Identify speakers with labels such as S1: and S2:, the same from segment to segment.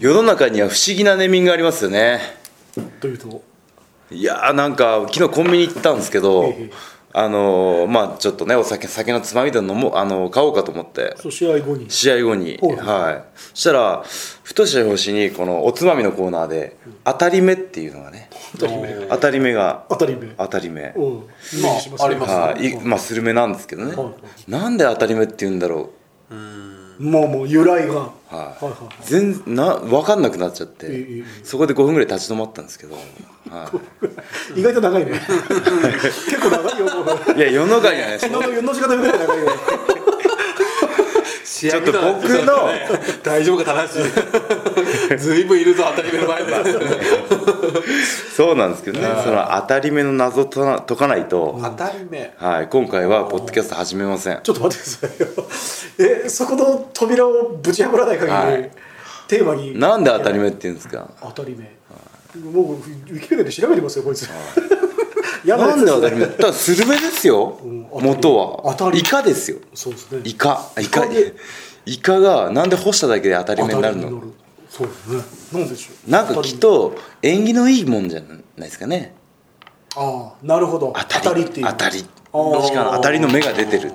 S1: 世の中には不思議なネーミングありますよね
S2: というと
S1: いやーなんか昨日コンビニ行ったんですけど
S2: ええ
S1: あのーまあちょっとねお酒酒のつまみでも飲もうあのー買おうかと思って
S2: そう試合後に
S1: 試合後に
S2: ほう
S1: はいそしたらふとした表紙にこのおつまみのコーナーで「当たり目」っていうのがね
S2: 当たり目
S1: 当たり目が
S2: 当たり目うんイ
S1: 当たり目
S2: メージしますね
S3: ありますね
S1: はいいまあスルメなんですけどね
S2: はい
S1: なんで当たり目って言うんだろ
S2: まあもう由来がは
S1: うはい
S2: いはい
S1: 全な分かんなくなっちゃっ
S2: えええ
S1: て
S2: え
S1: そこで5分ぐらい立ち止まったんですけど、は
S2: 意外と長いね結構長いよ
S1: い、いや世の中に はね
S2: の4の時間ぐらい長いよ
S3: ち
S1: ょっと僕の
S3: 大丈夫か正しい ずいぶんいるぞ当たり目の前で
S1: そうなんですけどねその当たり目の謎とな解かないと、
S3: 当たり目
S1: はい、今回はポッドキャスト始めません
S2: ちょっと待ってくださいよえそこの扉をぶち破らない限り、
S1: はい
S2: テーマに
S1: なんで当たり目って言うんですか
S2: 当たり目もうウィキペディアで調べてますよこいつ 嫌な
S1: な
S2: やつ
S1: んで当た
S2: す
S1: り
S2: ね
S1: 目だからスルメですよ
S2: うん当たり目
S1: 元は
S2: 当たり
S1: イカですよ
S2: そうですね
S1: イカイカ
S2: イカで
S1: イカがなんで干しただけで当たり目になる
S2: 当たり
S1: の
S2: 目になるそうですねなんでしょう
S1: なんかきっと縁起のいいもんじゃないですかね
S2: 当たり目ああなるほど
S1: 当たり
S2: 当っていう
S1: 当たりし
S2: あー
S1: かも当たりの目が出てる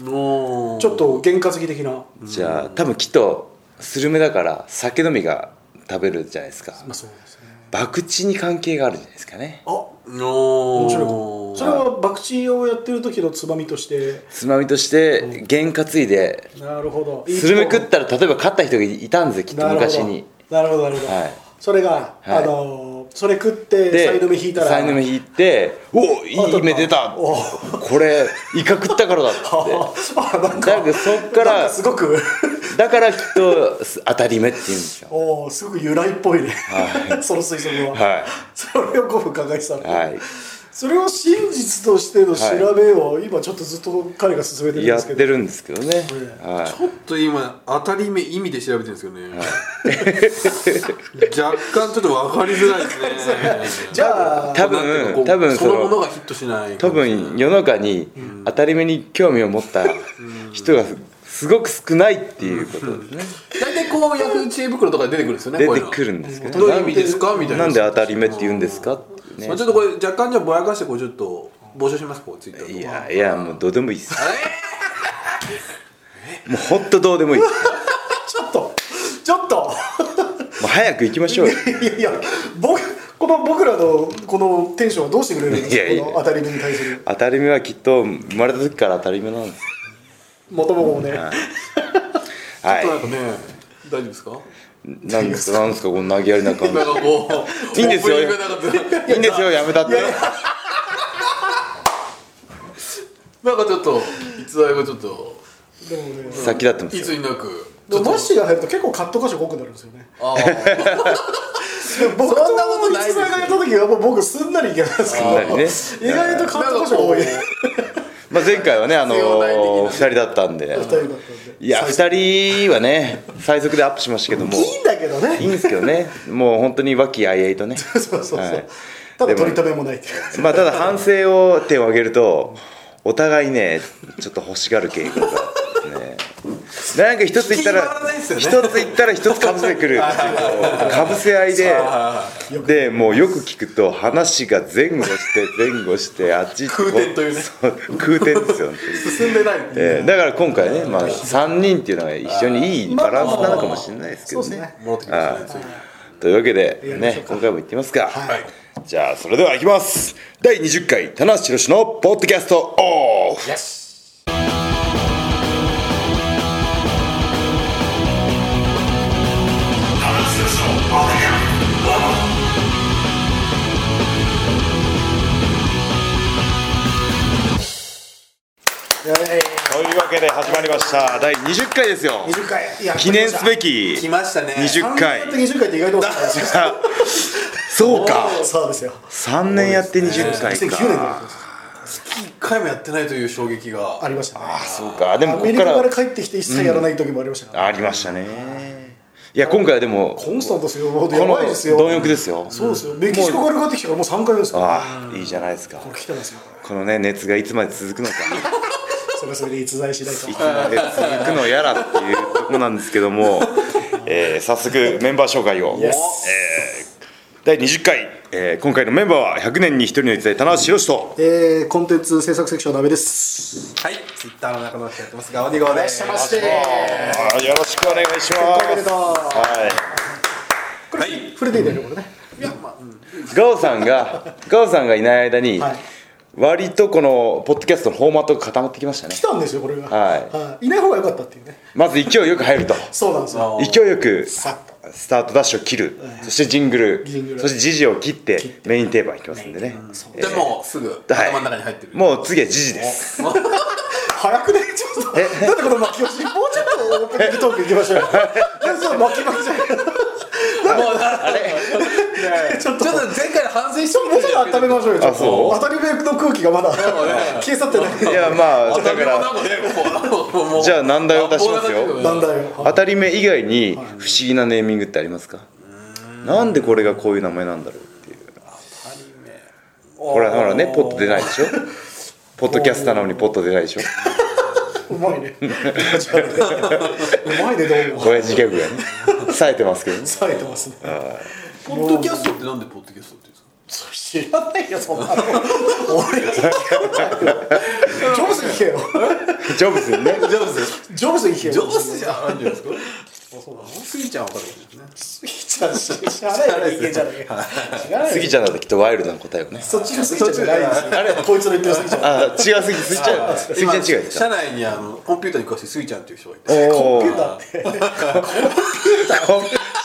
S2: お
S3: もう
S2: ちょっと験担ぎ的な、
S1: じゃあ多分きっとスルメだから酒飲みが食べるじゃないですか
S2: まあ、そうですね
S1: 博打に関係があるじゃないですかね
S2: あ面
S3: 面
S2: 白いかもそれは博打をやってる時のつまみとして
S1: つまみとして験担いで
S2: なるほどいいと
S1: スルメ食ったら例えば勝った人がいたんですよきっと
S2: なるほど
S1: 昔に
S2: なるほどなるほど、
S1: はい
S2: それが、
S1: はい
S2: あのーそれ食ってサイド目引いたら
S1: サイド目引いて「おおいい目出た!」
S2: お
S1: これイカ食ったからだっつっ
S2: あなんか
S1: だけどそっから
S2: なんすごく
S1: てだからきっとす当たり目って言うんですよ
S2: おーすごく由来っぽいね、 その推測は、
S1: はい
S2: それを5分考えてたの
S1: はい
S2: それを真実としての調べを、今ちょっとずっと彼が進めてるん
S1: や
S2: で
S1: っ
S2: すけ
S1: て
S2: ど
S1: るんですけどね
S2: え
S1: はい
S3: ちょっと今当たり目意味で調べてるんですよね、若干ちょっと分かりづらいですね
S2: じゃあ
S1: 多分
S3: なんていうかこう
S1: 多分そ
S3: そ
S1: の
S3: のものがヒットしない
S1: 多分世の中に当たり目に興味を持った人がすすごく少ないっていうことですね
S3: 大体こうヤフー知恵袋とかで出てくるんですよね
S1: 出
S3: こうい
S1: て
S3: うの
S1: くるんですけ
S3: ど
S1: ど
S3: ういう
S1: な
S3: 意
S1: ん
S3: 味ですかみたいな
S1: なんで当たり目って言うんですかっていうね
S3: まあ、ちょっとこれ若干じゃあぼやかしてこうちょっと募集しますこうツイッターとか
S1: いやいやもうどうでもいいっすもうほんとどうでもいいっすも
S2: ちょっとちょっと
S1: う早く行きましょうよ
S2: いやいや僕この僕らのこのテンションをどうしてくれるんですか
S1: いやいや
S2: この当たり目に対する
S1: 当たり目はきっと生まれた時から当たり目なんです
S2: 元も子もね、
S1: はい
S3: ちょっとなんかね大丈 夫ですか
S1: なんですかなんですかこの投げやりな感
S3: なんかこう
S1: いいんですよ
S3: オープニングなんか
S1: じいいんですよやめたって
S3: なんかちょっと逸材がちょっと
S2: でもね
S1: 先立ってま
S3: い
S1: す
S3: つ
S1: よ
S3: になく
S2: でもマッシーが入ると結構カット箇所が多くなるんですよね
S3: あー
S2: で僕と
S3: そんなことないですよ
S2: 逸材がやった時はもう僕すんなりいけますけど
S1: すんなりね
S2: 意外とカット箇所が多い
S3: なんか
S1: まあ前回はねあの
S3: 必要ない的な
S1: 2人だったんで
S2: 二人だったんで
S1: いや
S2: 最初
S1: 2人はね最速でアップしましたけども
S2: いいんだけどね
S1: いいんですけどねもう本当に和気あいあいと ね
S2: そうそうそう、
S1: はい
S2: た
S1: で
S2: だ
S1: も
S2: 取り留めもないっていう
S1: まあただ反省を点を挙げるとお互いねちょっと欲しがる傾向がですねなんか一つ言った
S3: 気になら
S1: ら
S3: ないですよね
S1: 一、つ言ったら一つかぶせてくるっていうかぶせ合い ででもうよく聞くと話が前後して前後してあっち行って
S3: 空転というね
S1: そう空転ですよね、
S3: 進んでないっていう
S1: えーだから今回ね、まあ、3人っていうのは非常にいいバランスなのかもしれないですけ
S2: そう
S1: ど
S2: です
S1: ね。
S2: ね
S3: 戻ってきましたね
S1: というわけ
S2: や
S1: で、
S2: りましょ
S1: ね
S2: う、か
S1: 今回も行ってみますか。
S2: はい
S1: じゃあ、それではいきます。第20回、田中宏のポッドキャストオフ。
S3: 次よし
S2: いやいやいや
S1: というわけで始まりました。第20回ですよ。
S2: 20回いや
S1: 記念すべき
S3: 来ましたね
S1: 20回。
S2: 20回って意外と多かったですよ
S1: そうか。
S2: そうですよ
S1: 3年やって20回
S2: 2009年から
S1: か。
S3: 一回もやってないという衝撃が
S2: ありましたね
S1: そうか。でも
S2: ア
S1: ここ
S2: メリ
S1: か
S2: カから
S1: ら
S2: 帰ってきて一切やらない時もありましたから、
S1: ありましたね。いや、今回はでも、
S2: コンスタントですよもう
S1: こ
S2: や
S1: の
S2: ばいですよ
S1: 貪欲ですよ。
S2: そうですよメキシコから帰ってきてからもう3回目ですよ
S1: ああ、いいじゃないですか。
S2: これ来てますよこれ
S1: このね、熱がいつまで続くのか、
S2: それはそれで逸材しないと
S1: いつまで続くのやらっていうとこなんですけども、えー早速メンバー紹介を、え
S2: Yes
S1: ー第20回、えー今回のメンバーは100年に一人の逸材棚橋宏と
S2: えー、コンテンツ制作セクションなべです。
S4: はい、ツイッターの中の人やってます。ガオディゴです。
S2: まして。
S1: あーよろしくお願いし
S2: おめ
S1: ま
S2: で
S1: す
S2: とう。
S1: はい
S3: はい
S2: 触れていいんだよねこれね。
S1: ガオさんがガオさんがいない間に、
S2: はい
S1: 割とこのポッドキャストのフォーマットが固まってきましたね
S2: 来たんですよこれが。
S1: はい
S2: い。いない方が良かったっていうね。
S1: まず勢いよく入ると
S2: そうなんですよ。
S1: 勢いよく
S2: さっ
S1: スタートダッシュを切る、そしてジングル
S2: ジングル
S1: そして時事を切ってメイン定番いきますんでね、
S3: でもうすぐ
S1: はい
S3: 頭の中に入ってる
S1: もう次は時事です
S2: 早くねちょっと。なんでこの巻き押し。もうちょっとオープニングトーク行きましょうよ。なんでその巻き巻きじゃない。
S3: ちょっと前回の反省しと
S2: もうちょっと温めましょうよ。ちょっと
S1: あそう
S2: 当たり前の空気がまだ消え去ってない
S1: い。やまあだか
S3: から
S1: らじゃあ難題を出しますよ
S2: なんだよ。
S1: 当たり目以外に不思議なネーミングってありますかなんでこれがこういう名前なんだろうっていうこれほらねポッと出ないでしょポッドキャスターなのにポッと出ないでしょ
S2: うまいね。 うまいねどうも。
S1: 親父ギャグがね冴えてますけどね
S2: 冴えてますね。
S3: ポッドキャストってなんでポッドキャストって言うんですか
S2: 知らないよそんなの。俺が聞かないよ。ジョブズに聞けよ。
S1: ジョブズにね
S3: ジョブズ
S2: ジョブズに聞けよ。
S3: ジョブズじゃないんじゃないですかスギちゃんわかるかもしれないですね
S2: 知らないよ人間じゃないよ。知らないよ。
S1: 杉ちゃんだときっとワイルドな答えをね
S2: そっちが過ぎちゃないですよ。こいつの言ってる過ぎちゃ
S1: あ違う杉杉ちゃん杉ちゃん違うで
S3: 今
S1: すか
S3: 社内にあのコンピューターに詳しいスギちゃんっていう人がいて
S1: おお
S2: う。だって。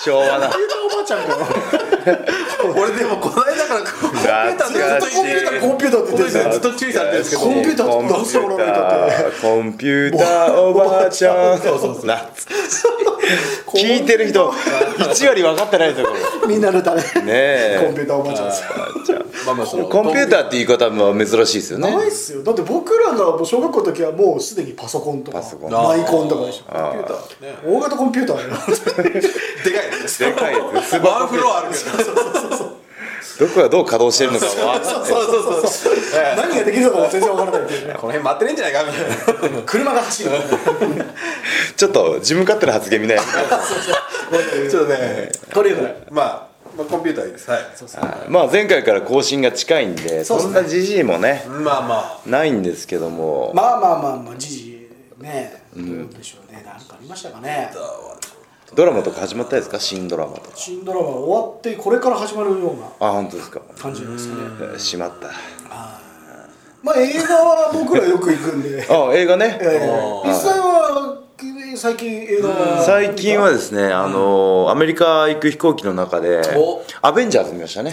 S1: 昭和な
S2: おばあちゃんが
S3: 俺でもこの間からコンピューターでずっとコンピュータ
S2: コ
S3: ー
S2: ンピューターって言ってるんで
S3: コンピューターでず
S2: す
S3: っと注意されてるんですけ
S2: コ
S3: ど
S2: ンピューターってどうしてもらわないとって。
S1: コンピューターおばあちゃん
S3: そうそうそう
S1: 懐かしい聞いてる人1割分かってないですよこれ
S2: みんなのため。
S1: ねえ
S2: コンピューターおばあちゃんですよ。
S3: まあまあその
S1: コンピューターって言い方も珍しいですよね
S2: ないっすよ。だって僕らがもう小学校の時はもうすでにパソコンとか
S1: パソコン
S2: マイコンとかでしょ。
S3: コンピューターね
S2: 大型コンピューターだよ。
S3: でかいです
S1: でかいやつ
S3: ワンフロアあるから
S1: どこがどう稼働してるのかは
S3: そうそうそうそう
S2: 何ができるのかも全然わからないっていうね。
S3: この辺待ってねえんじゃないかみたいな
S2: 車が走る。
S1: ちょっと自分勝手な発言みたいな
S3: ちょっとね
S2: これよくない。
S3: まあまあコンピューターですはい
S1: まあ前回から更新が近いんでそんなじじいもね
S3: まあまあ
S1: ないんですけども
S2: まあまあまあまあ、じじね。どうでしょうね。なんかありましたかね。
S1: ドラマとか始まったですか新ドラマとか
S2: 新ドラマ終わって、これから始まるような
S1: あ本当ですか
S2: 感じじゃないですかね。
S1: しまった
S2: まあ、映画は僕らよく行くん で。
S1: あ映画ね
S2: えー実際は、最近映画は
S1: 最近はですね、あのアメリカ行く飛行機の中で
S3: お
S1: 「アベンジャーズ」見ましたね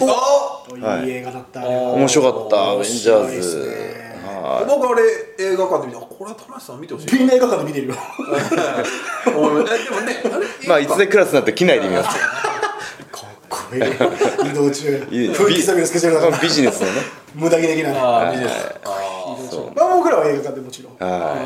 S3: あ
S2: いい映画だった。あれは
S1: 面白かった「アベンジャ
S2: 面白い
S1: ー
S2: っす
S1: ズ
S2: ね」
S1: は
S3: 僕俺映画館で見たあこれは田中さん見てほしい
S2: みんな映画館で見てるよ。
S3: えでもね
S1: いまあいつでクラスになって機内で見ます
S2: かっこいい。移動中。
S1: いい
S2: 分刻みのスケジュールだから
S1: ビジネスのね
S2: 無駄気できない。まあ、
S3: ああ見てないあ
S2: 僕らは映画館でもちろん。
S1: は
S3: あ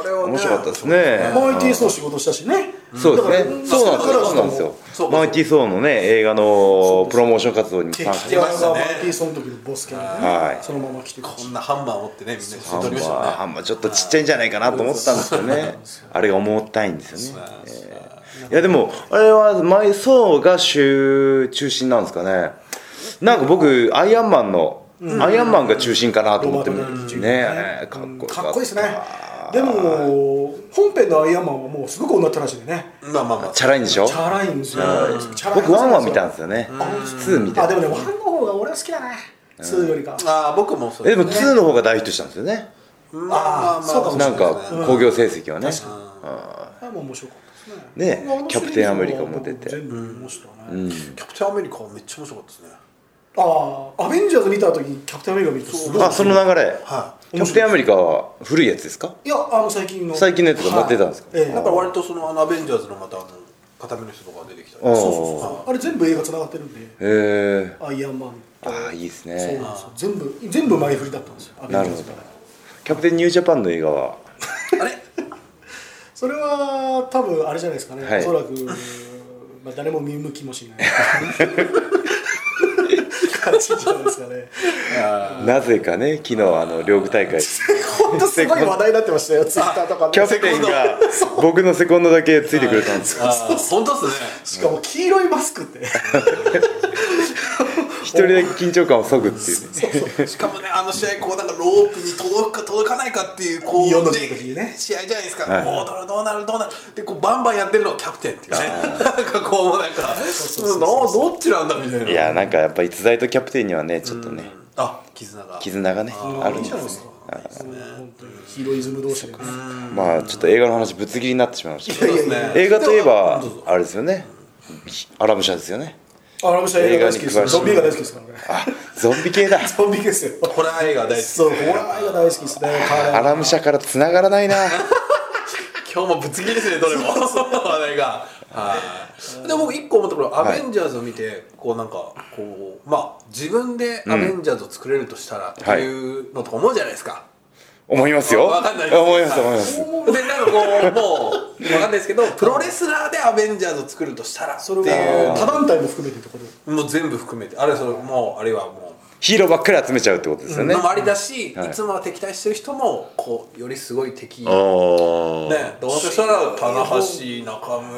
S3: あれはね
S1: 面白かったですね
S2: マイティーソー仕事したしね。
S1: そうですね
S2: だ
S1: そうなんですよ
S2: から
S1: そうなんですよ
S3: そう
S1: マイティー・ソーのね映画のプロモーション活動に参加
S2: 敵キャラがマイティーソーの時のボスキャラが
S1: は
S2: ね、
S1: い
S2: そのまま来てた
S3: こ
S2: し。
S3: んなハンマー持ってねみんな写
S1: ハ
S3: 真撮
S1: ンマ
S3: りましたよ
S1: ー
S3: ね
S1: ハンマーちょっとちっちゃいんじゃないかなと思ってたんですよね あれが重たいんですよねえーいやでもあれは埋葬が主中心なんですかねなんか僕アイアンマンのアイアンマンが中心かなと思って
S2: ロバート
S1: ね
S2: ダウニージュニア
S1: えかっこよった
S2: かっこいいですね。でも、本編のアイアンマンはもうすごく女ったらしいんでね。
S3: まあまあまあ
S1: チャラいんでしょ
S2: チャラいんですよ。チャラい
S1: 僕ワンワン見たんですよね2見て
S2: あ、でもね、ワンの方が俺は好きだね。ツーよりか。
S3: ああ僕もそう
S1: えでも2の方が大ヒットしたんですよね
S3: まあまあまあ
S2: そうかもしれ
S1: なんか興行成績はね
S2: あれも面白かったですね。
S1: ねえキャプテンアメリカも出て
S2: 全部見ましたね。
S3: キャプテンアメリカはめっちゃ面白かったですね
S2: ああ、アベンジャーズ見た時キャプテンアメリカ見てすごい
S1: あその流れ
S3: は
S1: キャプテンアメリカは古いやつですか
S2: いや、あの最近の
S1: 最近のやつが持ってたんですか
S2: はいえ
S3: い
S2: え
S3: だから割とそのあのアベンジャーズのまたあの片目の人とか出てきたり
S1: あ
S2: そうそう
S1: あ
S2: そうあれ全部映画繋がってるんで
S1: へえ
S2: アイアンマンと
S1: ああいいです
S2: そう
S1: ね
S2: なんですよ全部全部前振りだったんですよアベンジャーズか
S1: な
S2: ら
S1: るキャプテンニュージャパンの映画は
S3: あれ
S2: それは多分あれじゃないですかね、
S1: はい
S2: おそらく、まあ、誰も見向きもしない 感じじゃないですかね
S1: なぜかね昨日あの両国大会
S2: こ本当すごい話題になってましたよツイッターとか
S1: キャ
S2: で
S1: プテンが僕のセコンドだけついてくれたんですよ
S3: あー本当っすね
S2: しかも黄色いマスクって
S1: 一人だけ緊張感をそぐっていうね
S3: しかもね、あの試合、こうなんかロープに届くか届かないかっていう、こう、
S2: 世の中にね
S3: 試合じゃないですか、
S1: はい
S3: もうどうどうなる、どうなる、で、こうバンバンやってるのがキャプテンっていうね、なんかこう、なんか、どどっちなんだみたいな、
S1: いやなんかやっぱ逸材とキャプテンにはねちょっとね
S3: あ絆が、
S1: 絆がねあるんですね
S2: 本当に黄色いズム同士が
S1: まあちょっと映画の話ぶつ切りになってしまいましたけど
S3: そうですね、
S1: 映画といえば
S3: どうぞ
S1: あれですよねアラムシャですよね
S2: あラムシャ映画大好きです
S1: 映画に詳しい
S2: ゾンビ映画大好きですからね
S1: あゾンビ系だ
S2: ゾンビですよ
S3: ホラー映画大好き、
S2: そうホラー映画大好きですね
S1: アラムシャからつながらないな
S3: 今日もぶつ切りですね、どれも、話題が。はいで僕一個思ったこれ、ア
S1: い
S3: ベンジャーズを見てこうなんかこうまあ自分でアベンジャーズを作れるとしたらっていうのとか思うじゃないですか、
S1: 思います よ
S3: わかんないです
S1: 思います思います
S3: でなんかこうもう分かんないですけどプロレスラーでアベンジャーズを作るとしたらって
S2: それ
S3: い
S2: は多団体も含めてってこと
S3: うもう全部含めてあれはそれもうあれはも
S1: ヒーローばっかり集めちゃうってことです
S3: う
S1: よね
S3: のもありだし、
S1: はい
S3: い、つもは敵対してる人もこうよりすごい敵ね
S1: おー
S3: どうせしたら棚橋中村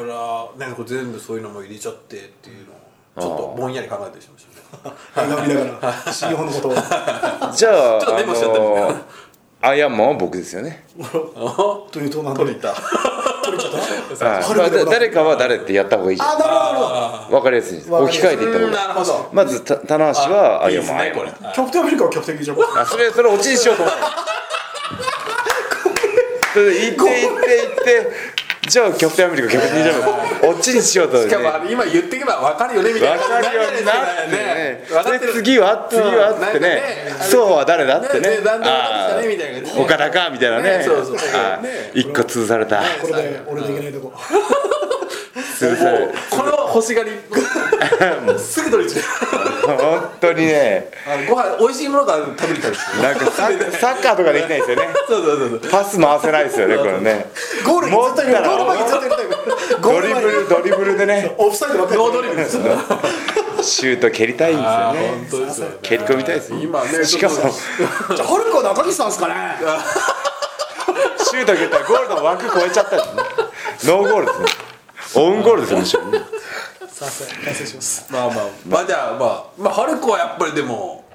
S3: ねこう全部そういうのも入れちゃってっていうのをちょっとぼんやり考えたりしましたね
S2: 学びながら新日本のことを
S1: じゃあ
S3: ちょっとメモしちゃっ た
S1: あのアイアンマンは僕ですよね
S2: というとなんだろう
S3: た
S1: はいまあだ誰かは誰ってやった方がいいじゃ
S2: あなるほどなるほど
S1: んわかりやすいです置き換えていった方が
S3: なるほど
S1: まずた棚橋はア
S3: いい
S1: イア
S3: で
S1: ン
S3: す
S1: マンアイ
S3: ね
S1: アン
S3: こ
S1: マン
S3: れ
S2: キャプテンアメリカはキャプテンギジャパン
S1: あそれそれオチにしようと思ってそれで行って行って行ってじゃあキャプテンアメリカキャプテンジャムオチにしようと思っ
S3: してか
S1: ね
S3: もあ
S1: 分
S3: れ今言ってけば分かるよねみたいな
S1: かるようになってね
S3: 分かって
S1: で
S3: る
S1: 次は次は
S3: うん
S1: って
S3: なん
S1: ね
S3: かね
S1: そうは誰だってね
S3: ねねだんだん分かってきた
S1: あー
S3: ねみたいなね
S1: 岡田かみたいなね
S3: ねそうそう
S1: あー
S3: ね
S1: 一個潰された
S2: これで俺でいけないとこ
S1: 潰され
S3: この欲しがりすぐ取りつ
S1: 本当にね
S3: あのご飯美味しいものから食べに行ったりする
S1: なんかサッサッカーとかできないですよね
S3: そうそうそうそう
S1: パス回せないですよねこれね
S2: ゴールにずっといるゴール前にずっといるタイプゴー
S1: ド
S2: ル
S1: リ
S2: 前
S1: ブルドリブルでね
S2: オフサイドばっかり
S3: ノードリブルですよ
S1: シュート蹴りたいんですよね
S3: 本当ですよね
S1: 蹴り込みたいですね
S3: 今ね
S1: しかも
S3: ちょっと
S2: じゃあハルクは中西さんですかね
S1: シュート蹴ったらゴールの枠超えちゃったんですねノーゴールですねオウンゴールですよむしろね
S2: さすが完成します
S3: まあまあまあじゃあまあまあハルコはやっぱりでも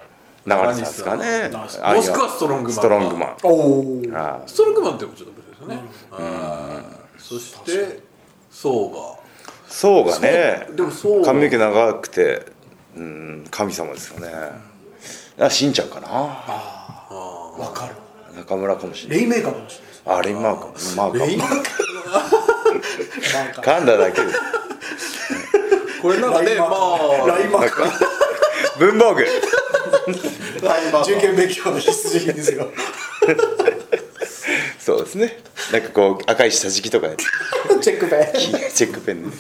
S1: 流れてたんですかね
S3: もしく
S1: あるいは
S3: はストロングマン
S1: ストロングマン
S2: おお
S1: あ
S3: ストロングマンってもちょっと別ですよねはいそしてそうが
S1: そうがね
S3: でもそう
S1: 髪の毛長くてうん神様ですよねあしんちゃんかな
S2: わかる
S1: 中村かもしれない
S2: レイメーカーかもしれ
S1: あレインマークマーク
S3: レイン
S2: ないなんか
S1: 噛んだだけです
S3: これなんかねまあ
S2: ラインマーク
S1: 文房具
S2: ラインマーク受験勉強の必須品ですよ
S1: そうですねなんかこう赤い下敷きとかで
S2: チェックペン
S1: チェックペンね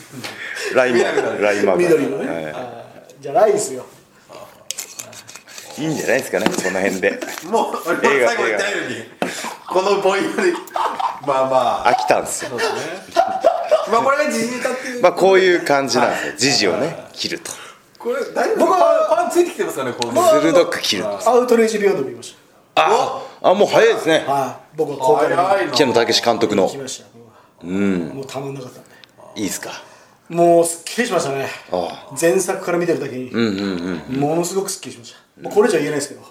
S1: ラインマークラインマーク
S2: 緑のね
S1: は
S2: じゃないですよ
S1: い、いいんじゃないですかねこの辺で
S3: もう俺も最後言ったようにこのポイントでまあまあ
S1: 飽きたんですよ
S3: まあこれが時事ネタっていう
S1: まあこういう感じなんですよ時事をね切ると
S3: これ大丈夫
S2: 僕は
S3: パンパンついてきてますかねこの
S1: 鋭く切ると
S2: アウトレイジビヨンド見まし
S1: ああもう早いですね
S2: たはい僕は公開で
S3: 早いな
S1: 北野武監督の
S2: 行きましたうんもうたまんなかったね
S1: いいですか
S2: もうすっきりしましたね
S1: あ
S2: 前作から見てるだけにものすごくすっきりしましたもうこれ以上言えないですけど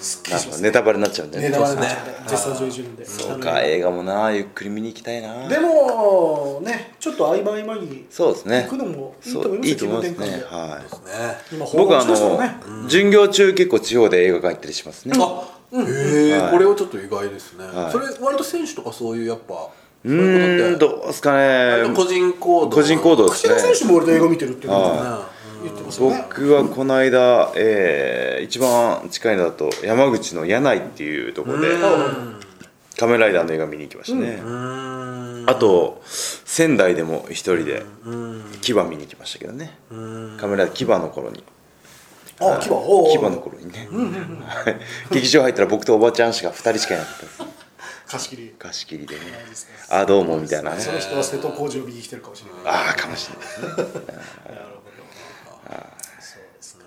S2: すっきり
S1: な
S2: し
S1: る
S2: ま
S1: ほど
S2: した
S1: ネタバレになっちゃうんで
S2: ネ
S1: ね
S2: タバレになっちゃって絶賛上映中なんで
S1: そうか映画もなゆっくり見に行きたいな
S2: でもねちょっと合間合間に
S1: そうですね
S2: 行くのもい
S1: そ
S2: いと思いうます
S1: いい
S2: よ
S1: と思いま
S2: 気分
S1: す
S2: 転換
S1: ね
S2: で
S1: はい
S3: ね
S2: 今訪
S1: 僕
S2: 問
S1: あ
S2: しましたもんね
S1: の授業中結構地方で映画館行ったりしますね
S3: あ、へえ、これはちょっと意外ですね、それ割と選手とかそういうやっぱそう
S1: うー
S3: いうんことって
S1: どうですか
S3: 割と
S1: ね
S3: 個人行動
S1: 個人行動です
S2: 串田
S1: ね
S2: 選手も俺と映画見てるっていうことね
S3: あ
S2: 言ってましたね
S1: 僕はこの間、えー一番近いのだと山口の柳井っていうところで「仮面ライダー」の映画見に行きましたね、あと仙台でも一人で牙見に行きましたけどね「仮面ライダー」牙の頃に
S2: あ牙おうおう
S1: 牙の頃にねはい劇場入ったら僕とおばちゃんしか2人しかいなかったです
S2: 貸し切り
S1: 貸し切りでね「あどうも」みたいなね
S2: その人は瀬戸康史を見に来てるかもしれない
S1: ああかもしれないですね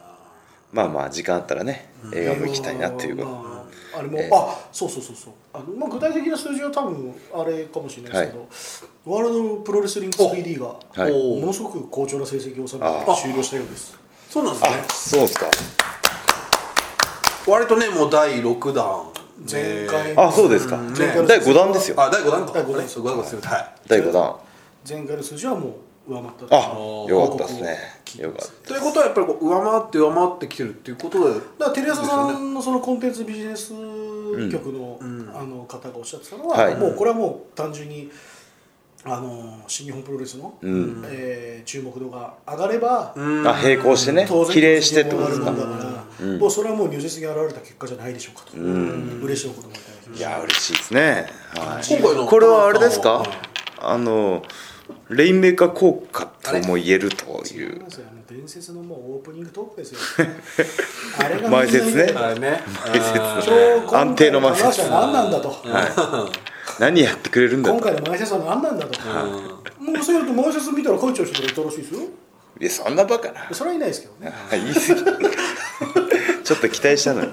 S1: まあまあ時間あったらね映画も行きたいなっていうこと
S2: まあれも、あそうそうそうそうあの、まあ、具体的な数字は多分あれかもしれないですけど、ワールドプロレスリング 3D が、
S1: い
S2: ものすごく好調な成績を収めて終了したようです
S3: そうなんですね
S1: そうですか
S3: 割とねもう第六弾
S2: 前回
S1: あそうですか、
S2: ね
S1: 第5弾ですよ
S3: あ第五弾か
S2: 第五弾
S3: ねそう五弾ですはい
S1: 第5弾
S2: 前回の数字はもう上回った
S1: あよかったですねよかっ
S3: ということはやっぱりこう上回って上回ってきてるっていうことで
S2: だからテレ朝さんのそのコンテンツビジネス局の,、あの方がおっしゃってたのは、
S1: はい
S2: もうこれはもう単純にあの新日本プロレスの、えー注目度が上がれば、
S1: たあ並行してね
S2: 当然
S1: 比例してってことです
S2: 当
S1: か
S2: 然だから、もうそれはもう如実に現れた結果じゃないでしょうかと、嬉しいお言葉いただきま
S1: い
S2: した
S1: や嬉しいですね、は
S3: 今回の
S1: い、これはあれです
S3: うん
S1: かあのレインメーカー効果とも言えるとい
S2: そう
S1: う
S2: なんですよあの伝説のもうオープニングトークです よあれが
S1: 前説ね
S3: あれね
S2: 超
S1: 安定の前説
S2: 今回の話は何なんだと、
S1: 何やってくれるんだ
S2: 今
S1: と
S2: 回の前説は何なんだと、もうそうやると前説見たら書いちゃう人がいたらしいですよ
S1: いやそんなバカな
S2: それはいないですけどね
S1: 言い過ぎちょっと期待したのに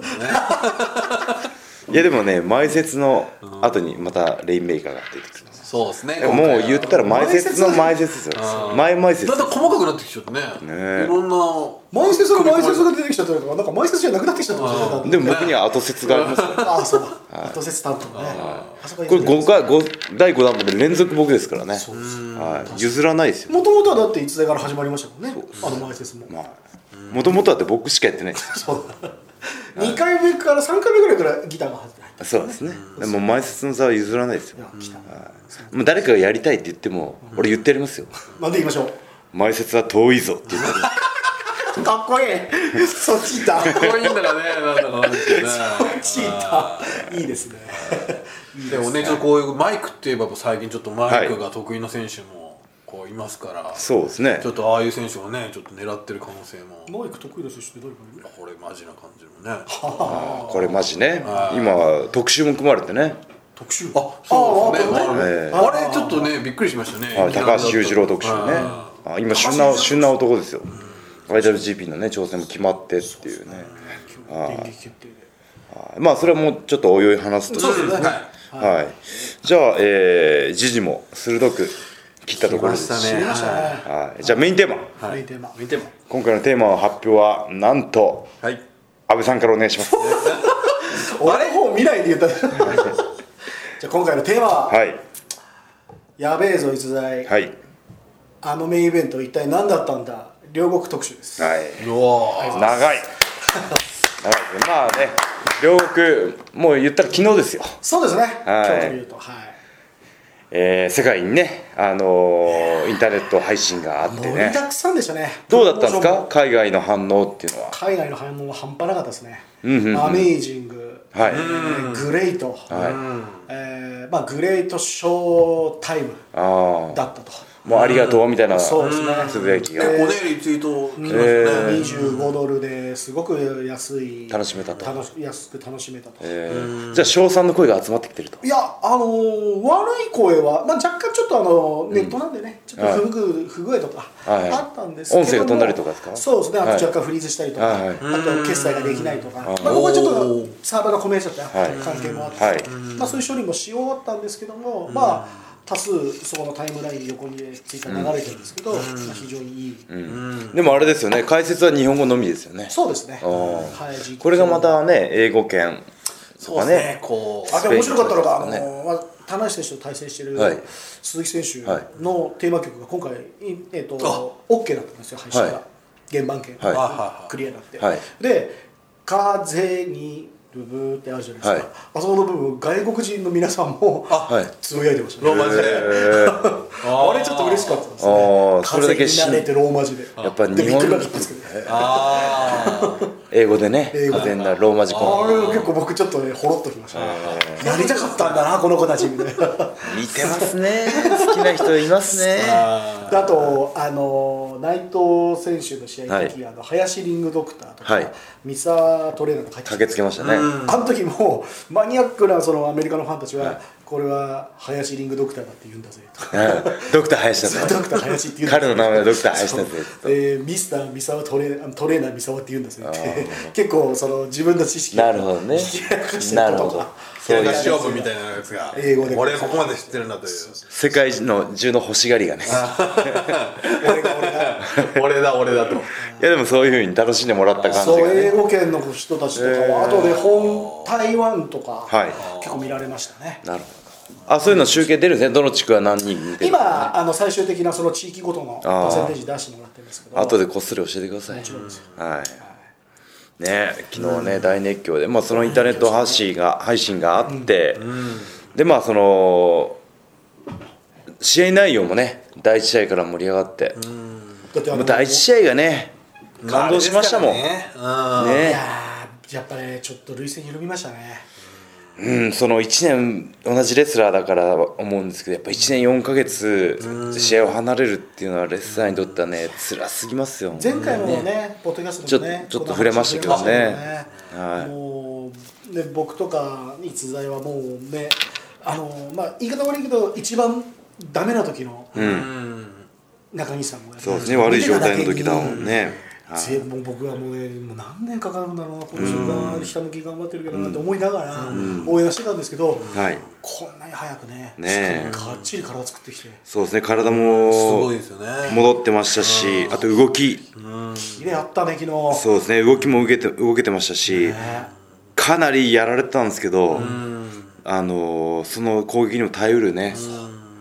S1: いやでもね前説の後にまたレインメーカーが出てくる
S3: そうですね
S1: でももう言ったら前説の前説ですよ前前説
S3: だんだん細かくなってきちゃってね
S1: ね
S3: いろんな
S2: 前説が前説が出てきちゃったりとかなんか前説じゃなくなってきちゃったりとか
S1: でも僕には後説がありますから
S2: ああそうだ後説担当ねあそこ
S1: これ
S2: も
S1: 5回五第5弾まで連続僕ですからねはい、譲らないですよ
S2: ともとはだっていつだから始まりましたもんねあの前説も
S1: もともとだって僕しかやってないです
S2: そうだ2回目から3回目ぐらいからギターが入って
S1: そうですねでも前説の差は譲らないですよ
S2: きた
S1: もう誰かがやりたいって言っても俺言ってやりますよ
S2: なんでいきましょ
S1: 前説は遠いぞって 言って
S2: うかっこいいそっちだそっ
S3: これいいんだからねなんだかなんですけどね
S2: ちだいいですね
S3: でもねちょっとこういうマイクっていえば最近ちょっとマイクが得意な選手もこういますから
S1: そうですね
S3: ちょっとああいう選手をねちょっと狙ってる可能性も
S2: マイク得意な選手って誰かいる
S3: これマジな感じのね
S1: これマジね今特集も組まれてね
S2: 特集
S3: あそうですね
S2: ああ
S3: あれ
S1: ええ
S3: あれちょっとねびっくりしましたね
S1: はい高橋裕次郎特集ね
S3: は
S1: あ今旬な旬な男ですよ IWGP のね挑戦も決まってっていうね
S2: 電撃決定で
S1: はいまあそれはもうちょっとおいおい話すと
S3: い
S1: し
S3: そ
S1: て
S3: うですね
S1: はい、じゃあ、えー、時事も鋭く切ったところです、
S3: 来ましたね
S2: 見ましたね
S1: はい、じゃあメインテーマ
S2: メインテーマ
S3: 見ても
S1: 今回のテーマの発表はなんと
S3: はい
S1: 安倍さんからお願いします
S2: 俺の方見ない で言ったじゃあ今回のテーマは、
S1: はい
S2: やべえぞ逸材、
S1: はいはい
S2: あのメインイベント一体何だったんだ両国特集です
S3: うわ
S1: 長い長いですまあね両国もう言ったら昨日ですよ、
S2: そうですね、
S1: い
S2: 今日で言うとはい
S1: えー、世界にね、あのーインターネット配信があって
S2: 盛り
S1: ね
S2: だくさんでしたね
S1: どうだったんです
S2: プロ
S1: か
S2: モーションも
S1: 海外の反応っていうのは
S2: 海外の反応は半端なかったですね、アメイジング、
S1: はい
S2: えーグレイト、えーまあ、グレイトショータイム
S1: ああ
S2: だったと
S1: もうありがとうみたいな
S2: そうですね
S1: つぶやきが
S3: 結構ねリツイート来ましたね、
S2: 25ドルですごく安い
S1: 楽しめたと
S2: 楽し安く楽しめたと、
S1: えーじゃあ賞賛の声が集まってきてると
S2: いやあのー悪い声は、まあ、若干ちょっとあのネットなんでね、ちょっと不具,、不具合とか
S1: はい
S2: あったんですけども
S1: 音声が飛んだりとかですか
S2: そうですねあと
S1: はい
S2: 若干フリーズしたりとか、
S1: はいはい
S2: あと決済ができないとか、まあ、ここはちょっ
S3: お
S2: と
S3: ー
S2: サーバーが混み合っちゃった
S1: はい
S2: 関係もあって、
S1: はい
S2: まあ、そういう処理もし終わったんですけども、まあ多数そこのタイムライン横にツイッター流れてるんですけど、まあ、非常にいい、
S1: でもあれですよね解説は日本語のみですよね
S2: そうですね、
S1: ー
S2: はい、実況
S1: これがまたね英語圏と
S3: そうで
S1: か
S3: す
S1: ね
S3: ねこう
S2: あでも面白かったの
S1: スペ
S2: が、
S1: イン
S2: あ
S1: と
S2: のまあ、田中選手と対戦してる
S1: はい
S2: 鈴木選
S1: はい
S2: 手のテーマ曲が今回、いえー、と
S3: あ
S2: OK だったんですよ、配信が、
S1: はい
S2: 原版権、
S1: はい
S2: がクリアになって、
S1: はい
S2: で「風にブブー」ってあるじゃないですか、
S1: は
S2: あそこの部分外国人の皆さんも
S3: あ
S1: はい
S2: つぶやいてました
S3: ロー
S2: ね
S3: マ字で、
S2: あれちょっと嬉しかったです
S1: あ
S2: ね
S1: ーそれだけし
S2: 風に慣れてローマ字で
S1: やっぱ
S2: で
S1: 日
S2: びっ
S1: 本
S2: くりマークつけて
S3: ああ
S1: 英語でね
S2: 英語で
S1: 全然ローマ字コ
S2: あ
S1: ン
S2: れ結構僕ちょっとねほろっときましたねやりたかったんだなこの子たちみたいな
S1: 似てますね好きな人いますね
S2: であとあの内藤選手の試合の時、あの林リングドクターとか、
S1: はい
S2: ミサトレーナーとか入って
S1: 駆けつけましたね
S2: あの時もマニアックなそのアメリカのファンたちは、これは林リングドクターだって言うんだぜとか、
S1: えドクター林田
S2: ドクター林っていうんです
S1: 彼の名前はドクター林田って
S2: えーミスター三沢トレーあのトレーナー三沢って言うんですね 結構その自分の知識を
S1: なるほどね
S2: 引き出して
S1: なる
S2: るこ
S1: ほ
S2: と
S1: ど
S2: が
S1: そういう
S3: 平田勝負みたいなやつが
S2: 英語で
S3: 俺ここまで知ってるんだという
S1: 世界の中の欲しがりがね
S2: 俺が 俺が
S3: 俺だ俺だと
S1: いやでもそういうふうに楽しんでもらった感じ
S2: そう
S1: が
S2: 英
S1: ね
S2: 語圏の人たちとかはあとで本台湾とか
S1: はい
S2: 結構見られましたね
S1: なるほどあそういうの集計出るんですねどの地区は何人見てる
S2: 今あの最終的なその地域ごとのパーセンテージ出してもらってるんですけど
S1: 後でこっそり教えてくださいはいね昨日ね大熱狂で、まあ、そのインターネット発信が配信があって、でまあその試合内容もね第一試合から盛り上がって、
S2: だってあ
S1: も
S2: の
S1: う第一試合がね感動しましたもん
S3: あれ
S1: ね
S3: ですからね
S2: いやーやっぱりちょっと涙腺緩みましたね
S1: うん、その1年同じレスラーだから思うんですけどやっぱ1年4か月試合を離れるっていうのはレスラーにとってはね辛すぎますよ
S2: 前回もね、ポッドキャストでもね、
S1: ちょちょっと触れましたけどね
S2: この話触れましたけどね
S1: はい
S2: もうね僕とか逸材はもうね、あのまあ言い方悪いけど一番ダメな時の中西さんもやっぱり
S1: そうですね悪い状態の時だもんねはい
S2: ぜもう僕はもうねもう何年かかるんだろうなこの瞬間ひたむき頑張ってるけどなって思いながら応援はしてたんですけど、
S1: はい
S2: こんなに早くね
S1: ねえ
S2: がっちり体作ってきて
S1: そうですね体
S3: す
S1: も
S3: ごいですよね
S1: 戻ってましたしあと動き
S2: 綺麗あったね昨日
S1: そうですね動きも受けて動けてましたし
S2: ね
S1: かなりやられてたんですけどあのーその攻撃にも耐えうるね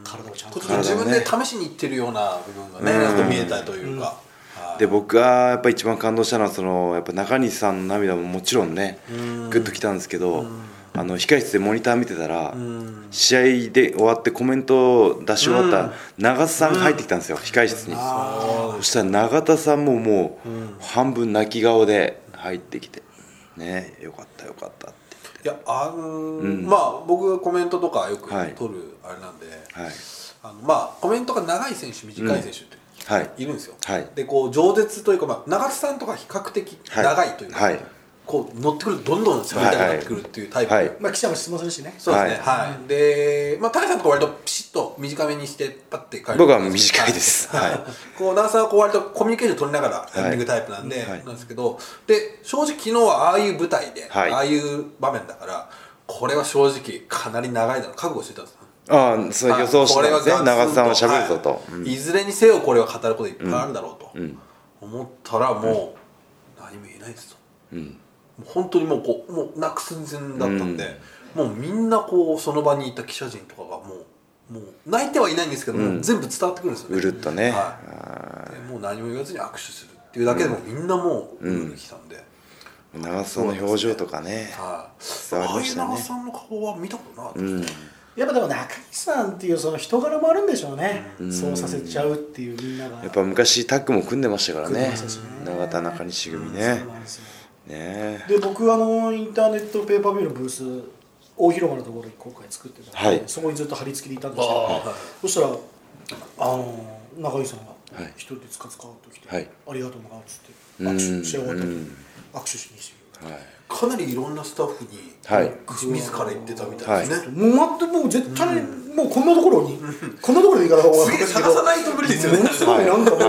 S2: 体をちゃんと
S3: ちょっと自分で試しにいってるような部分がねなんか見えたというかはい
S1: で僕がやっぱ一番感動したのはそのやっぱ中西さんの涙ももちろんねグッときたんですけどあの控室でモニター見てたら試合で終わってコメントを出し終わった永田さんが入ってきたんですよ控室にそしたら永田さんももう半分泣き顔で入ってきてねよかったよかったって
S3: いやあのーまあ僕がコメントとかよく
S1: はい
S3: 取るあれなんで、
S1: はい
S3: あのまあコメントが長い選手短い選手って、
S1: はい
S3: いるんですよ、
S1: はい
S3: でこう饒舌というか、まあ、長津さんとか比較的長いというか、
S1: はいはい
S3: こう乗ってくるとどんどん攻めたくなってくるっていうタイプ、
S1: はいはい
S2: まあ記者も質問するしね
S3: そうですね
S1: は
S3: はい、で、まあ、谷さんとか割とピシッと短めにしてパッて帰る
S1: 僕は短いですはい
S3: こう長さんはこう割とコミュニケーション取りながらやっていくタイプなんで、
S1: いはい
S3: なんですけどで正直昨日はああいう舞台で、
S1: はい
S3: ああいう場面だからこれは正直かなり長いだろう覚悟してたんです
S1: あ
S3: よ
S1: あそう予想してたんですね
S3: あこれ
S1: 永田
S3: はガツン
S1: さんはしゃべるぞと、
S3: はい
S1: うん
S3: いずれにせよこれは語ることいっぱいあるだろうと、思ったらもう何も言えないですと、もう本当にもうこうもう泣く寸前だったんで、もうみんなこうその場にいた記者陣とかがもうもう泣いてはいないんですけど、もう全部伝わってくるんですよね
S1: うるっとね
S3: はいでもう何も言わずに握手するっていうだけでもみんなもううるうるきたんで、
S1: 長田さんの表情とかね
S3: はい
S1: 伝わり
S3: ああ
S1: ま
S3: い
S1: し
S3: う
S1: たね
S3: 長さんの顔は見たことなかったですね、
S2: やっぱでも中西さんっていうその人柄もあるんでしょうね、そうさせちゃうっていうみんなが
S1: やっぱ昔タッグも組んでましたから
S2: 組んで
S1: ね
S2: ましたしね
S1: 永田中西組
S2: そう
S1: ね
S2: なんですよ
S1: ね
S2: で僕あのインターネットペーパービューのブース大広間のところに今回作ってたんで、
S1: はい
S2: そこにずっと貼り付けでいたんですけど、
S3: あーはい
S2: そしたらあの中西さんが
S1: はい
S2: 一人でつかつかっと来て、
S1: はい
S2: ありがとうなっつって
S1: うん
S2: 握手試合終わった時に
S1: うん
S2: 握手しにして
S1: はい
S3: かなりいろんなスタッフに、
S1: はい
S3: 自ら言ってたみたいですね、
S2: もう待ってもう絶対、もうこんなところに、こんなところで言い方がおかしい
S3: すげえ
S2: けど
S3: 探さないと無理ですよね
S2: ものすごいなんかもう、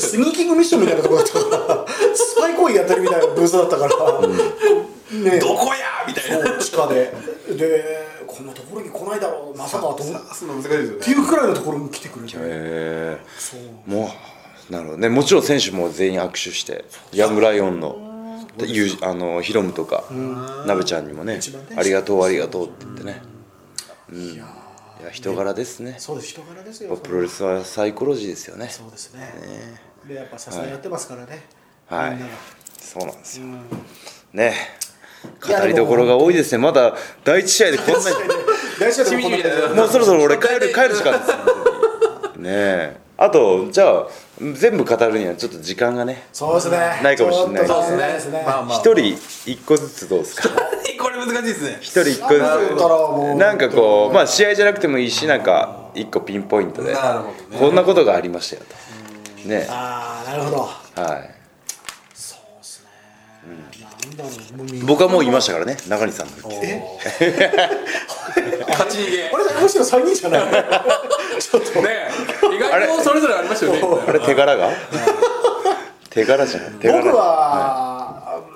S2: スニーキングミッションみたいなところだったからスパイ行為やってるみたいなブースだったから、ね
S3: どこやみたいな
S2: そう地下ででこんなところに来ないだろうまさかと思うっ
S3: 探すの難しいですよね
S2: ていうくらいのところに来てくれて
S1: え
S2: そう
S1: ー、もうなるほどねもちろん選手も全員握手してヤングライオンのゆうあのヒロムとかなべちゃんにもね
S2: 一番ね
S1: 「ありがとうありがとう」って言ってねうんいや人柄ですね
S2: そうです人柄です
S1: や
S2: よ
S1: っぱプロレスはサイコロジーですよね
S2: そうですねでやっぱ支え合ってますからね、
S1: はい
S2: みんなが
S1: そうなんですよ
S2: うん
S1: ね
S2: いや
S1: 語りどころが多いですねまだ第一試合でこんなに
S2: 大丈夫だよこんなこと
S3: しみじみ
S1: もうそろそろ俺帰る帰る時間ですよねえあとじゃあ全部語るにはちょっと時間がね
S2: そうですね
S1: ないかもしれないですね
S2: ちょっとそうですね
S3: まあまあ
S1: 一人一個ずつどうですか
S3: これ難しいですね
S1: 一人一個ず
S2: なんだろうもう
S1: つなんかこうまあ試合じゃなくてもいいしなんか一個ピンポイントで
S3: なるほどね
S1: こんなことがありましたよとね
S2: ああなるほど
S1: はい
S2: そうですね、なんだろうもうみんな
S1: 僕はもう言いましたからね中西さんの
S3: 勝ち逃げ
S2: あれむしろ3人じゃないちちょっと
S3: ねえ意外とそれ ぞれありますよねみたいな
S1: あれ手柄が手柄じゃない手柄
S2: 僕は、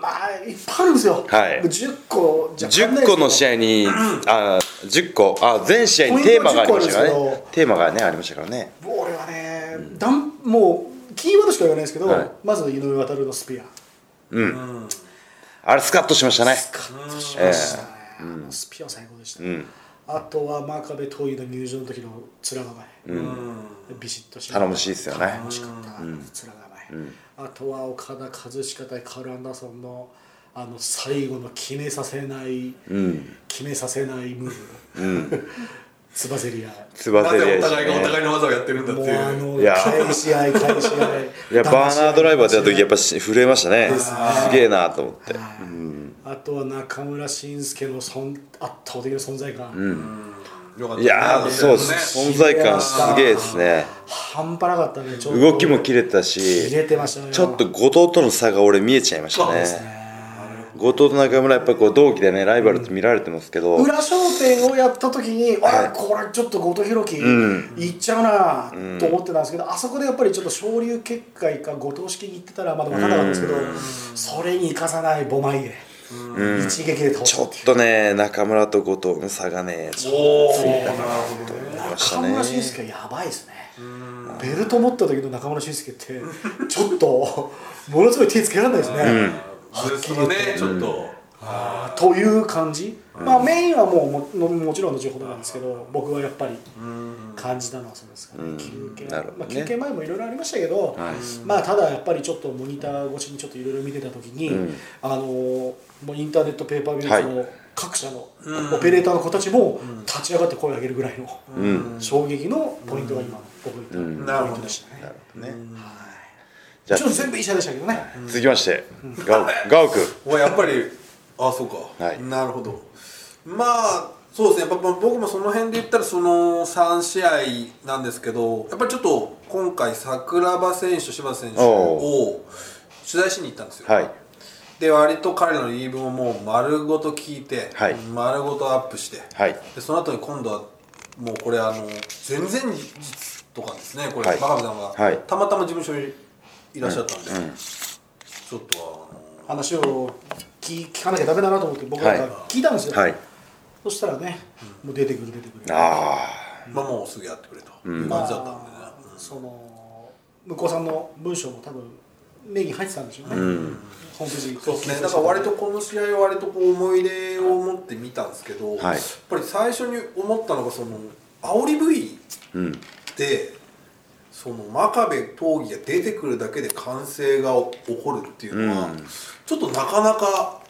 S2: まあいっぱいあるんですよ、
S1: はい
S2: 10個じゃ足
S1: 10
S2: んないですけど
S1: 個の試合にあ10個あ全試合にテーマがありましたから
S2: ポイントは10個ある
S1: ね
S2: んですけど
S1: テーマがねありましたからね
S2: 俺はね、だんもうキーワードしか言わないですけど、
S1: はい
S2: まず井上渉のスピア
S1: あれスカッとしましたね
S2: スカッとしましたね、あのスピアは最高でした、あとは真壁闘友の入場の時の面構え、ビシッとして
S1: 頼もしいですよね
S2: 頼もしかった、面構え、あとは岡田和親対カール・アンダーソンのあの最後の決めさせない、決めさせないムーブ、 つばぜ り合い
S1: つば
S3: な
S1: ぜ
S3: ん
S1: り合
S3: で
S1: い
S3: お
S1: です
S3: 互いがお
S1: ね
S3: 互いの技をやってるんだって
S2: もう
S3: い
S2: あ
S3: う
S2: の
S1: いや
S2: 返 し合い返し合い
S1: いやバーナードライバー出た時やっぱし震えましたね
S2: ですすね
S1: げえなと思って
S2: はいあとは中村慎介の存圧倒的な存在感、
S3: よかったね
S1: いやーそうです存在感すげえですね
S2: 半端なかったねちょっと
S1: 動きも切れてた
S2: 切れ
S1: して
S2: ましたね
S1: ちょっと後藤との差が俺見えちゃいました
S3: そうで
S1: ね後藤と中村やっぱこう同期でねライバルって見られてますけど
S2: 裏商店をやった時に、あらこれちょっと後藤弘樹いっちゃうなと思ってたんですけど、あそこでやっぱりちょっと昇竜結界か後藤式に行ってたらまだ分からなかったんですけど、それに生かさないボマイエ、一撃で倒
S1: ち
S2: す
S1: ょっとね中村と後藤の差がねちょっ
S3: おお
S1: とありました
S2: 中
S1: ね
S2: 村俊輔やばいですねベルト持った時の中村俊輔ってちょっとものすごい手つけられないですね、
S3: ずっとねちょっと
S2: という感じ、まあメインはもうもももちろん後ほどなんですけど僕はやっぱり感じたのはそうですかね休憩、
S1: なるほど
S2: まあ、
S1: ね
S2: 休憩前もいろいろありましたけど、まあただやっぱりちょっとモニター越しにちょっといろいろ見てた時に、あのーもうインターネットペーパービューズの各社のオペレーターの子たちも立ち上がって声を上げるぐらいの、衝撃のポイントが今僕が言ったポイントでしたね。
S1: ね
S2: ち
S1: じ
S2: ょ
S1: ゃ
S2: っと
S1: あ
S2: 全部医者でしたけどね、
S1: 続きましてガオガオ君
S3: おやっぱりあそうか、
S1: はい
S3: なるほどまあそうですねやっぱまあ僕もその辺で言ったらその3試合なんですけどやっぱりちょっと今回桜庭選手と柴田選手を取材しに行ったんですよ、
S1: はい
S3: で割と彼のリーブをもう丸ごと聞いて、
S1: はい
S3: 丸ごとアップして、
S1: はい
S3: でその後に今度はもうこれあの全然日とかですねこれ、
S1: はい
S3: 真壁さんが、
S1: はい
S3: たまたま事務所にいらっしゃったんで、ちょっとあの
S2: 話を聞聞かなきゃダメだなと思って僕らが聞いたんですよ、
S1: はい
S2: そしたらね、もう出てくる出てくる。
S1: あ
S3: まあもうすぐやってくれという感じだったんでね、
S2: その向こうさんの文章も多分目に入ってたんでしょうね。ホームページ。
S3: そうですねだから割とこの試合は割とこう思い出を持って見たんですけ
S1: は
S3: ど、
S1: い
S3: やっぱり最初に思ったのがその煽り V で、その真壁闘技が出てくるだけで歓声が起こるっていうのは、ちょっとなかなか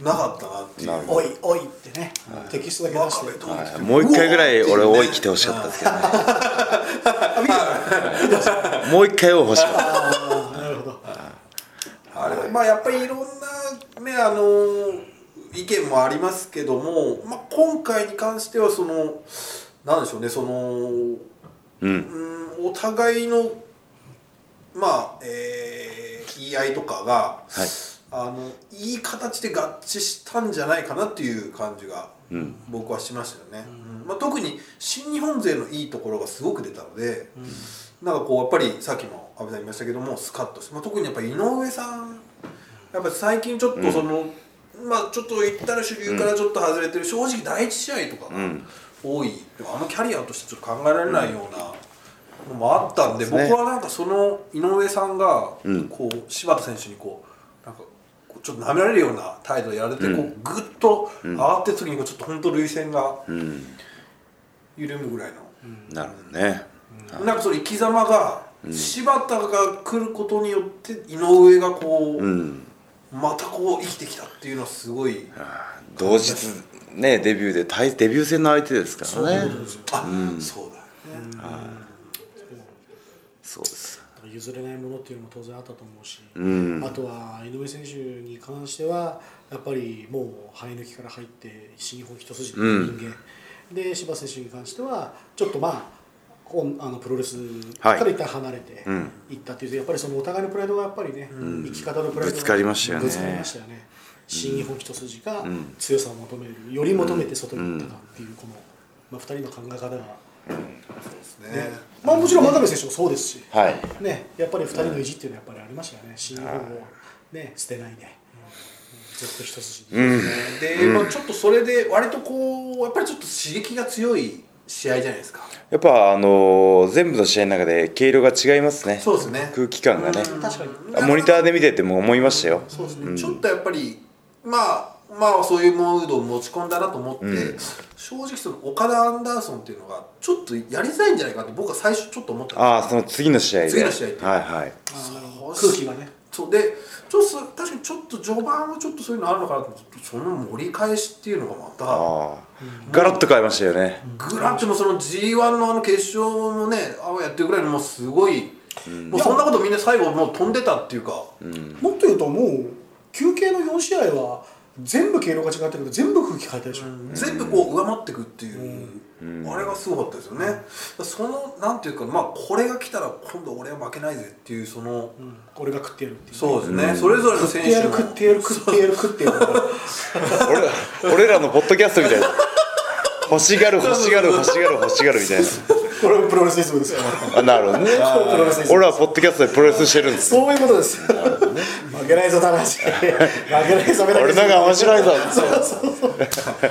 S3: なかったなっていう
S1: なるほ
S2: おいおいってね、テキストだけ出して。
S3: 真壁闘技
S1: あもう一回ぐらい俺多い来てほしかったです けどねもう一回多い欲しかった
S2: ああ、なるほど。
S3: あれはまあやっぱりいろんなねあのー意見もありますけども、まあ、今回に関してはそのなんでしょうねそのうんお互いのまあえー言い合いとかが、
S1: はい
S3: あのいい形で合致したんじゃないかなっていう感じが、僕はしましたよね、うんまあ、特に新日本勢のいいところがすごく出たので、なんかこうやっぱりさっきも阿部さん言いましたけどもスカッとして、まあ、特にやっぱ井上さんやっぱ最近ちょっとその、まあちょっと言ったら主流からちょっと外れてる、正直第一試合とかが多い、でもあのキャリアとしてちょっと考えられないような。のもあったんで
S1: うですね
S3: 僕はなんかその井上さんがこう柴田選手にこうなんかこうちょっと舐められるような態度でやられてこうぐっと上がってる時にこうちょっと本当涙腺が緩むぐらいの
S1: なるほどね
S3: なんかその生き様が柴田が来ることによって井上がこ
S1: う
S3: うんまたこう生きてきたっていうのはすごい
S1: 同日ねデビューで対デビュー戦の相手ですからね
S3: あそうだよね
S1: そうです
S2: 譲れないものっていうのも当然あったと思うし、あとは井上選手に関してはやっぱりもう生え抜きから入って新日本一筋の人間、で柴田選手に関してはちょっとまあこうあのプロレス
S1: は
S2: か
S1: い
S2: ら一旦離れていったっていう、やっぱりそのお互いのプライドがやっぱりね、生き方のプライド
S1: ぶ
S2: が
S1: つかりましたよね
S2: ぶつかりましたよね新日本一筋が強さを求めるより求めて外に行ったかっていうこの、まあ、2人の考え方が
S3: ですね
S2: ねまあ、もちろん真壁選手もそうですし、
S1: はい
S2: ね、やっぱり2人の意地っていうのはやっぱりありましたよね、新日本を、ね、捨てないで、ずっと一筋で、
S3: で、まあ、ちょっとそれで割とこうやっぱりちょっと刺激が強い試合じゃないですか
S1: やっぱあのー全部の試合の中で毛色が違いますね
S3: そうですね
S1: 空気感がね
S2: うん確かに
S1: あモニターで見てても思いましたよ
S3: そうですね、ちょっとやっぱりまあまあそういうムードを持ち込んだなと思って、
S1: うん
S3: 正直その岡田アンダーソンっていうのがちょっとやりづらいんじゃないかって僕は最初ちょっと思ったんです
S1: ああその次の試合で
S3: 次の試合って
S1: はいはい
S2: あの
S3: そう
S2: 空気がね、
S3: そうでちょっとそう確かにちょっと序盤はちょっとそういうのあるのかなと思ってその盛り返しっていうのがまた
S1: ああガラッと変えましたよね
S3: グラッチもその G1 のあの決勝のねあをやってるぐらいのもうすごい、もうそんなことみんな最後もう飛んでたっていうか、
S2: もっと言うと、もう休憩の4試合は、全部経路が違ってるけど、全部空気変えたでしょ、
S3: 全部こう上回っていくっていう、あれがすごかったですよね、そのなんていうかまあこれが来たら今度俺は負けないぜっていうその、
S2: うん俺が食ってやるっていう、
S3: そうですね、それぞれの
S2: 食
S3: 選
S2: ってや
S3: 手
S2: る、
S3: の
S2: 食ってやる、食ってやる、食ってやる、
S1: 俺ら俺らのポッドキャストみたいな欲しがる欲しがる欲しがる欲しがるみたいな
S2: これもプロレスリズムですよ、
S1: あなるほどね
S2: これもプロレスリズム
S1: 俺らはポッドキャストでプロレスしてるんです
S2: そういうことです。 負けないぞ、 棚橋。負けないぞ、
S1: 俺なんか面白いぞ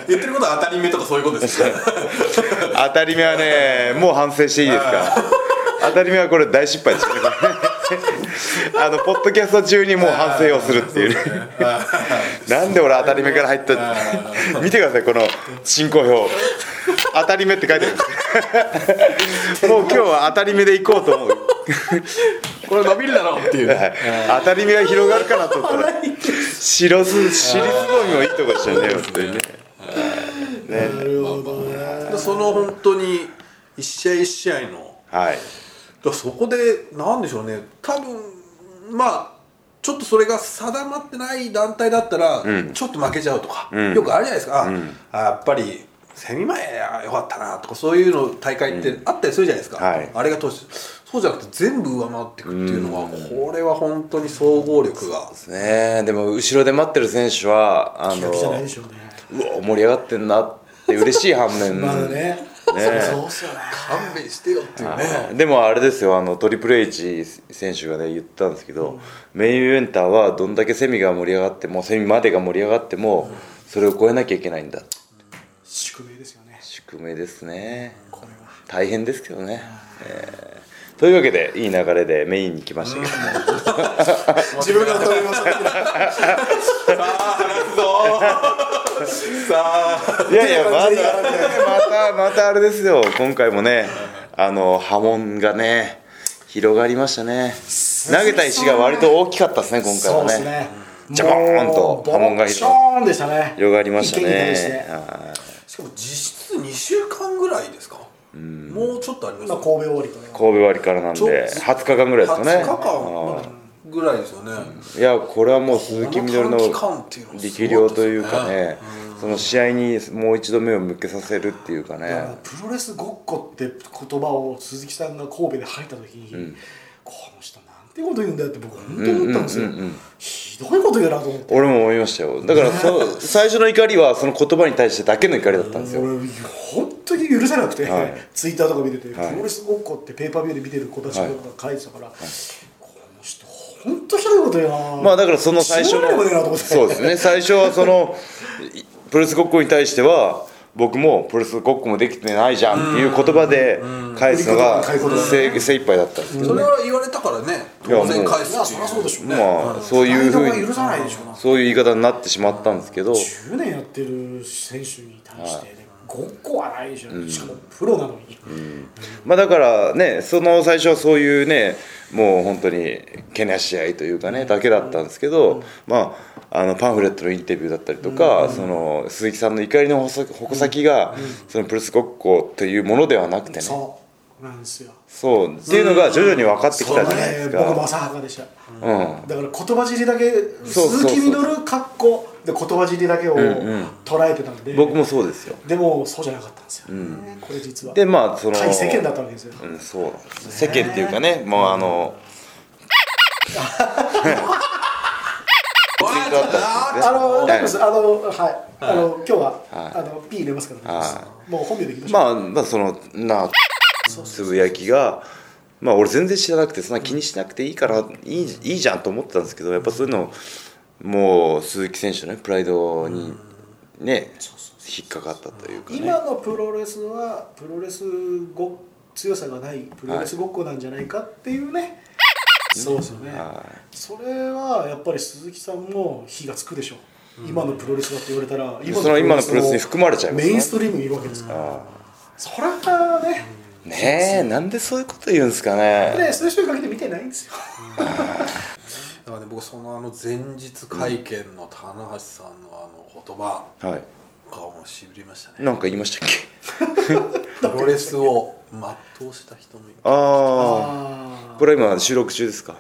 S3: 言ってることは当たり目とかそういうことですよね
S1: 当たり目はねもう反省していいですか当たり目はこれ大失敗ですねこれあのポッドキャスト中にもう反省をするっていうねなんで俺当たり目から入った見てくださいこの進行表当たり目って書いてあるんですもう今日は当たり目でいこうと思う
S3: これ伸びるだろうっていう、ね、
S1: 当たり目が広がるかなと思ったら白す尻すぼみもいいとこでしたよね本当にね
S2: なるほどね。
S3: その本当に一試合一試合の
S1: はい
S3: だからそこでなんでしょうね多分まあちょっとそれが定まってない団体だったら、ちょっと負けちゃうとか、よくあるじゃないですか、ああやっぱりセミ前はよかったなとかそういうの大会ってあったりするじゃないですか、
S1: はい
S3: あれが通してそうじゃなくて全部上回っていくっていうのは、これは本当に総合力が、
S1: ねえでも後ろで待ってる選手はあ
S2: 気楽じゃないで
S1: の
S2: しょうね。
S1: うお盛り上がってんなって嬉しい反面、
S2: まだね。
S1: ね
S2: そうっすよね。
S3: 勘弁してよっていうね
S1: でもあれですよあのトリプル H 選手がね言ったんですけど、メインイベンターはどんだけセミが盛り上がってもセミまでが盛り上がっても、それを超えなきゃいけないんだ
S2: 宿命ですよね。
S1: 宿命ですね大変ですけどね、えーというわけでいい流れでメインに来ましたけど、
S2: 自分が歌いました。
S1: いやいやま
S2: っていう感
S1: たまたまたあれですよ今回もねあの波紋がね広がりましたね投げた石が割と大きかったですね今回
S2: そう
S1: は
S2: で
S1: ね
S2: すね。
S1: ジャボーンと波紋が
S2: ショーンでしたね。
S1: 広がりました
S2: 一気に対して
S1: ねはい
S3: しかも実質2週間ぐらいですか、もうちょっとあります
S2: まあ
S3: よ
S2: 神戸
S3: ね
S2: 終わりとね。
S1: 神戸割からなんで
S3: ちょ
S1: 20日間ぐらいですかね
S3: 20日間ぐらいですよね、
S1: いやこれはもう鈴木みのるの
S3: この短期間っていうのはすごかったです
S1: 力
S3: ね
S1: 量というかねその試合にもう一度目を向けさせるっていうか
S2: だから
S1: ね
S2: プロレスごっこって言葉を鈴木さんが神戸で吐いた時に、この人なんてこと言うんだよって僕本当思ったんですよ、ひどいこと言うなと思って
S1: 俺も思いましたよだからそ最初の怒りはその言葉に対してだけの怒りだったんですよ
S2: 俺本当に許せなくて、
S1: はい
S2: ツイッターとか見てて、
S1: い
S2: プロレスごっこってペーパービューで見てる子たちと
S1: はい
S2: か書いてたから、この人本当ひどいこと言うな
S1: まあだからその最初
S2: しょうがないこと言うなと
S1: の
S2: 思って
S1: そうですね最初はそのいプロレスごっこに対しては僕もプロレスごっこもできてないじゃんっていう言葉で返すのが
S2: うんうん
S1: 精精一杯だったんですけど
S3: それは言われたからね当然返す
S2: いや
S3: って
S2: そ
S3: い
S2: りゃそうでしょうね、
S1: まあそういうふう
S2: 態度が許
S1: に
S2: さないでしょうな
S1: そういう言い方になってしまったんですけど
S2: 10年やってる選手に対して、ねごっこはないでしょ、しかもプロなのに、
S1: まあだからねその最初はそういうねもう本当にけなし合いというかねだけだったんですけどまああのパンフレットのインタビューだったりとかその鈴木さんの怒りの矛矛先がそのプロレスごっこというものではなくてね
S2: そうなんですよ
S1: そうっていうのが徐々に分かってき
S2: これ
S1: たじゃないです
S2: ね僕も
S1: か。
S2: 浅はかでした、
S1: うん
S2: だから言葉尻だけ
S1: そうそう
S2: 鈴木みのる格好で言葉尻だけを
S1: ん
S2: 捉えてたんで、
S1: 僕もそうですよ。
S2: でもそうじゃなかったんですよね、これ実は
S1: でまあその
S2: 対世間だったわけですよ、
S1: うんそうなんです世間っていうかねもうあの。リツイートあったんです
S2: あの、
S1: ね
S2: 大丈夫です。あの、はい、あの、今日は、
S1: はい
S2: あの、P 入れますから、
S1: は
S2: もう本名でいきましょう。
S1: まあ、まあそのなつぶやきがまあ俺全然知らなくてそんな気にしなくていいからいいいいじゃんと思ってたんですけどやっぱそういうのもう鈴木選手のねプライドにね引っかかったというかね
S2: 今のプロレスは、プロレスご、強さがない、プロレスごっこなんじゃないかっていうね。そうですよね。
S1: は
S2: それは、やっぱり鈴木さんも火がつくでしょう。今のプロレスだって言われたら、
S1: その今のプロレスに含まれちゃいます
S2: メ
S1: ね
S2: インストリームにいるわけですから。それはね、
S1: いねえなんでそういうこと言うんですかね
S2: ね、数週間かけて見てないんですよ。
S3: だからね僕そのあの前日会見の棚橋さんのあの言葉
S1: はい
S3: がもうしびれましたね
S1: なんか言いましたっけ
S3: プロレスを全うした人もいる
S1: ああ
S2: あ
S1: これ今収録中ですか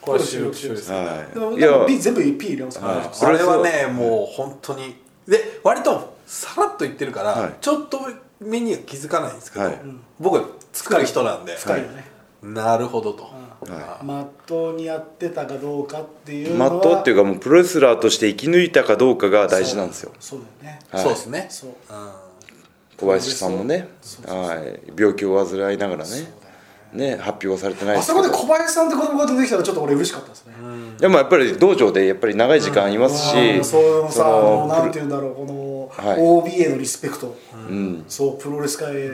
S3: これは収録中ですね
S1: は
S2: ー
S1: いいや
S2: P 全部 P 入れますから、ね。
S3: それはねもう本当にで割とさらっと言ってるから、
S1: はい
S3: ちょっと目には気づかないんですけど、
S1: はい
S3: 僕は作る人なんで、
S2: 深いよね。
S3: なるほどと、
S2: まっとうにやってたかどうかっていうのは
S1: まっとうっていうかもうプロレスラーとして生き抜いたかどうかが大事なんですよ
S2: そうだよね、
S1: はい
S3: そうですね
S2: そう
S1: 小林さんもね、はい、病気を患いながらね、ね、発表はされてない
S2: あ
S1: です
S2: そ
S1: け
S2: こ
S1: ど
S2: で、小林さんって子供が出てきたらちょっと俺嬉しかったですね、
S1: でもやっぱり道場でやっぱり長い時間います
S2: あー
S1: し、
S2: そういうのさあのなん
S1: プ
S2: て言うんだろうこの、
S1: はい
S2: OB へのリスペクト、そうプロレス界へ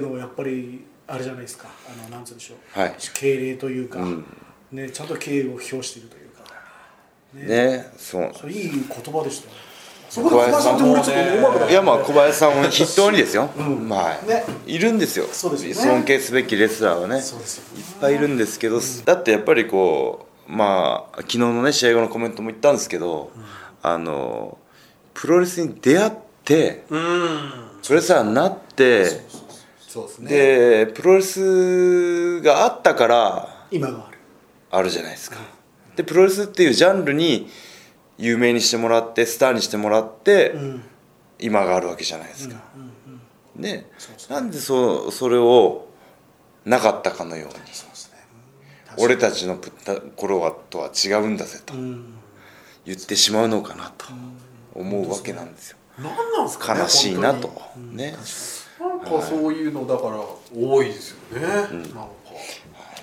S2: のやっぱりあれじゃないですかあのなんつうんでしょう、
S1: はい
S2: 敬礼というか、ねちゃんと敬意を表しているというか
S1: ロね、そう。
S2: そういい言葉でしたねそこで小林さんって俺ちょっと思わなかった
S1: いやまあ小林さんを筆頭にですよ、まあ
S2: ね
S1: いるんですよ
S2: そうですよね
S1: 尊敬すべきレスラーはねいっ
S2: そうですよ
S1: ぱいいるんですけど、だってやっぱりこうまあ昨日のね試合後のコメントも言ったんですけど、あのプロレスに出会って、プロレスラーになって
S3: そうですね
S1: でプロレスがあったから
S2: 今がある
S1: あるじゃないですかでプロレスっていうジャンルに有名にしてもらってスターにしてもらって、
S2: うん
S1: 今があるわけじゃないですか、ね
S2: そ
S1: なんでそそれをなかったかのように
S2: そうですね
S1: 俺たちのプた頃はとは違うんだぜと
S2: うん
S1: 言ってしまうのかなと思うわけなんですよ
S3: 何なんですかね
S1: 悲しいなと
S3: 本
S1: ね
S3: 当になんかそういうのだから多いですよね、なんか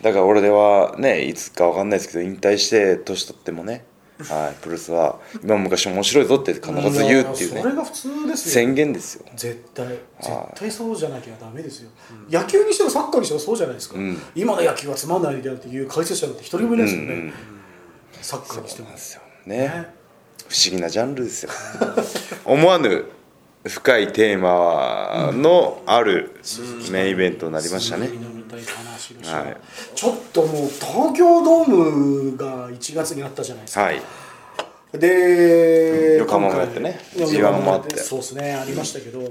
S1: だから俺ではねいつかわかんないですけど引退して年取ってもね、はい、プロレスは今昔面白いぞって必ず言うっていう
S2: やそれ
S1: ね
S2: が普通ですよ
S1: 宣言ですよ
S2: 絶対絶対そうじゃなきゃダメですよ、野球にしてもサッカーにしてもそうじゃないですか、今の野球はつまんないであるっていう解説者なんて一人もいないですよね、サッカーにしても
S1: なんですよね不思議なジャンルですよ思わぬ深いテーマのあるメインイベントになりましたね
S2: 飲みたい話でしょ
S1: はい
S2: ちょっともう東京ドームが1月にあったじゃないですか、
S1: はい
S2: で
S1: 横浜もやってね
S2: 今回
S1: G1 もあって
S2: そうですねありましたけど、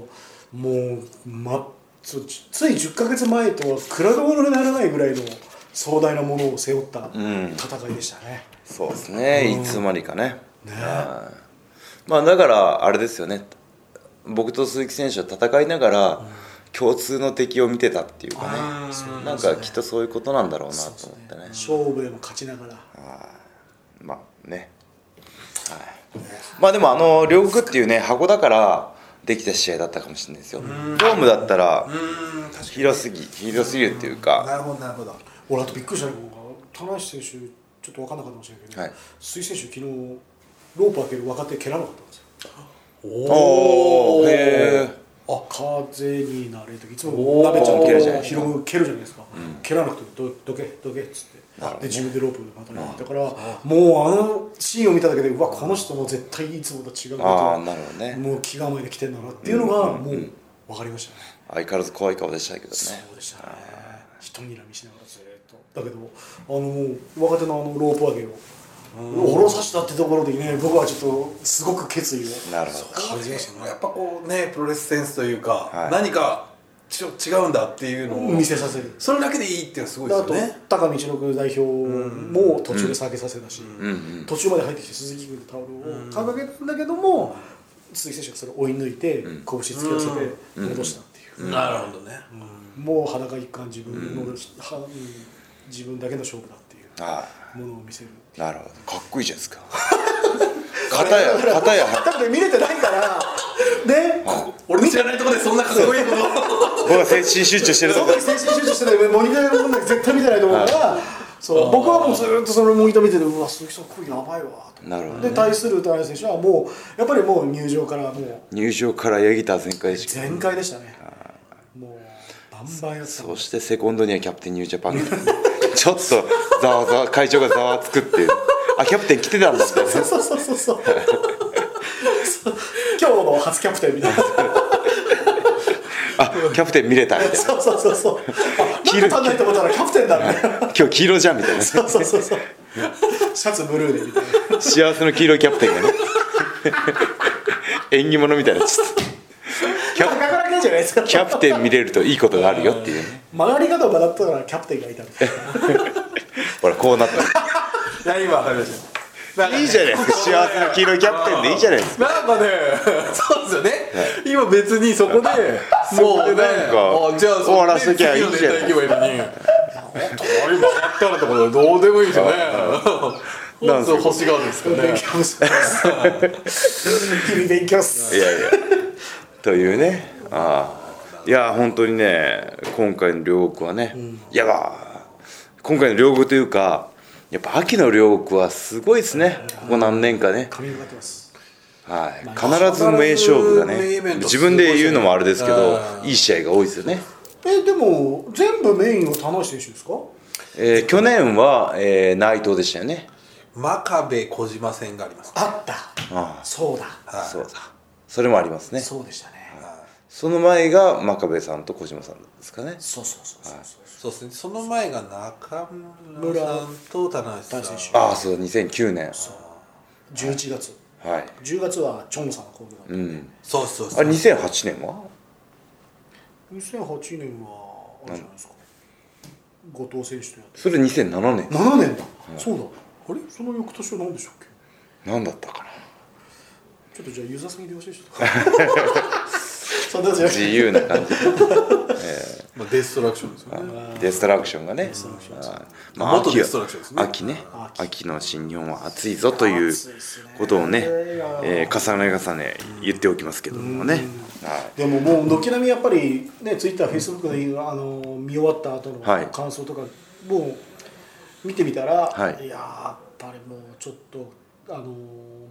S2: もう、ま、つつい10か月前とは比べ物にならないぐらいの壮大なものを背負った戦いでしたね、
S1: そうですねいつまにかねはいまあだからあれですよね僕と鈴木選手は戦いながら共通の敵を見てたっていうかねなんかきっとそういうことなんだろうなと思ってね
S2: 勝負でも勝ちながら
S1: まあね、はい、まあでもあの両国っていうね箱だからできた試合だったかもしれないですよドームだったら広すぎ広すぎるっていう
S3: な
S1: か
S3: るほどなるほど
S2: 俺あとびっくりしたのが田中選手ちょっと分かんなかったかもしれないけど、
S1: はい
S2: 水井選手昨日ロープ開ける若手蹴らなかったんですよ
S1: おおへえ
S2: あ風になれる時いつも鍋ちゃん
S1: 蹴るじゃ
S2: と
S1: ない
S2: ヒロム蹴るじゃないですか、蹴らなくてどどけどけっつってで自分でロープまたねだからもうあのシーンを見ただけでうわこの人も絶対いつもと違うこと
S1: ああなるほどね
S2: もう気構えで来てんだなっていうのがもう分かりましたね、
S1: 相変わらず怖い顔でしたけどね
S2: そうでしたね人睨みしながらずっとだけどあのもう若手のあのロープ上げを下ろさせたってところでね僕はちょっとすごく決意を
S1: なるほど
S2: 感じましたね
S3: やっぱこうねプロレスセンスというか、
S1: はい
S3: 何かちょ違うんだっていうのを
S2: 見せさせる
S3: それだけでいいっていうのはすごい
S2: で
S3: で
S2: あ
S3: す
S2: と
S3: よね
S2: 高道の代表も途中で下げさせたし、途中まで入ってきて鈴木君のタオルを掲げたんだけども、鈴木選手がそれを追い抜いて拳突き合わせて戻したっていう、
S3: なるほどね、
S2: もう裸一貫自分の、はうん自分だけの勝負だっていう
S1: は
S2: ものを見せる
S1: いなるほどかっこいいじゃないですか片や 片や
S2: 多分ね見れてないから ね
S3: 俺の知らないところでそんなかっこいいこと
S1: 僕は精神集中してると
S2: その
S1: こ
S2: 時精神集中しててモニターのもんだけ絶対見てないと思うからそう僕はもうずっとそのモニター見ててうわ鈴木さん声やばいわと
S1: なるほど
S2: で対する歌原選手はもうやっぱりもう入場からもう
S1: 入場からヤギター全開式
S2: 全開でしたねもうバンバンやってた
S1: そしてセコンドにはキャプテンニュージャパ ンがちょっとざわざわ会長がざわつくっていうあキャプテン来てたんだって
S2: そうそうそうそうそう今日の初キャプテンみたいな
S1: あキャプテン見れたみたい
S2: そうそうそうそうあなんか足んないと思ったらキャプテンだみたい
S1: な
S2: な
S1: 今日黄色じゃんみたいな
S2: そうそうそうそうシャツブルーでみたいな
S1: 幸せの黄色いキャプテンがね 縁起物みたいなちょっとキャ
S2: 高倉健じゃないですか
S1: キャプテン見れるといいことがあるよっていうね
S2: 曲がり方を学ったらキャプテンがいたみたいな
S1: ほらこうなった
S3: 何今わかりましたなんか
S1: いいじゃないですか幸せの黄色いキャプテンでいいじゃないですか
S3: なんかね、 そうですよね、今別にそこで、もうね、
S1: なんか
S3: あじゃあ、
S1: 終わらせきゃいいじゃない
S3: 次のネタ行けばいいのに、あれ、曲がったらとか、どうでもいいですよね、
S1: なんで
S3: 本
S1: すよ
S3: 当、星があるんですかね、
S2: 勉強します日々勉強っす
S1: いやいや というねああいや本当にね今回の両国はね、いやば今回の両国というかやっぱ秋の両国はすごいですねここ何年かね
S2: 髪がかってます
S1: はい、必ず名勝負が
S3: 必ず名
S1: ね
S3: イベント
S1: 自分で言うのもあれですけどいい試合が多いですよね、
S2: えでも全部メインを田中選手ですか
S1: えー去年は、えー内藤でしたよね
S3: 真壁小島戦があります、
S2: あったそうだ
S1: そうだそれもありますねそ
S2: そうでしたね
S1: の前が真壁さんと小島さんですかね
S2: そうそうそうそうそう
S3: そうですね、その前が中村さんと田中さん
S2: 田中選
S1: ああそうだ2009年
S2: 11月
S1: はい
S2: 10月はチョンさんの攻撃だったんで、
S3: そうですそうです
S1: あれ2008年は
S2: 2008年はあれじゃないですか後藤選手とやって
S1: それ2007年
S2: 7年だ、そうだあれその翌年は何でしたっけ
S1: 何だったかな
S2: ちょっとじゃあユーザーさんに電話してちょっ とそんなじゃなく
S1: 自
S2: て
S1: 由な感じ
S3: まあ、デストラクションですよね、
S1: デストラクションがねはいまあ
S3: 元
S1: 秋
S3: デ
S1: は
S3: ストラクションですね
S1: 秋ね秋の新日本は暑いぞという
S2: 暑いですね
S1: ことをね、えー重ね重ね言っておきますけどもねはい
S2: でももう軒並みやっぱりねツイッターフェイスブックであの見終わった後の
S1: はい
S2: 感想とか、もう見てみたら、
S1: はい
S2: ややっぱりもうちょっとあの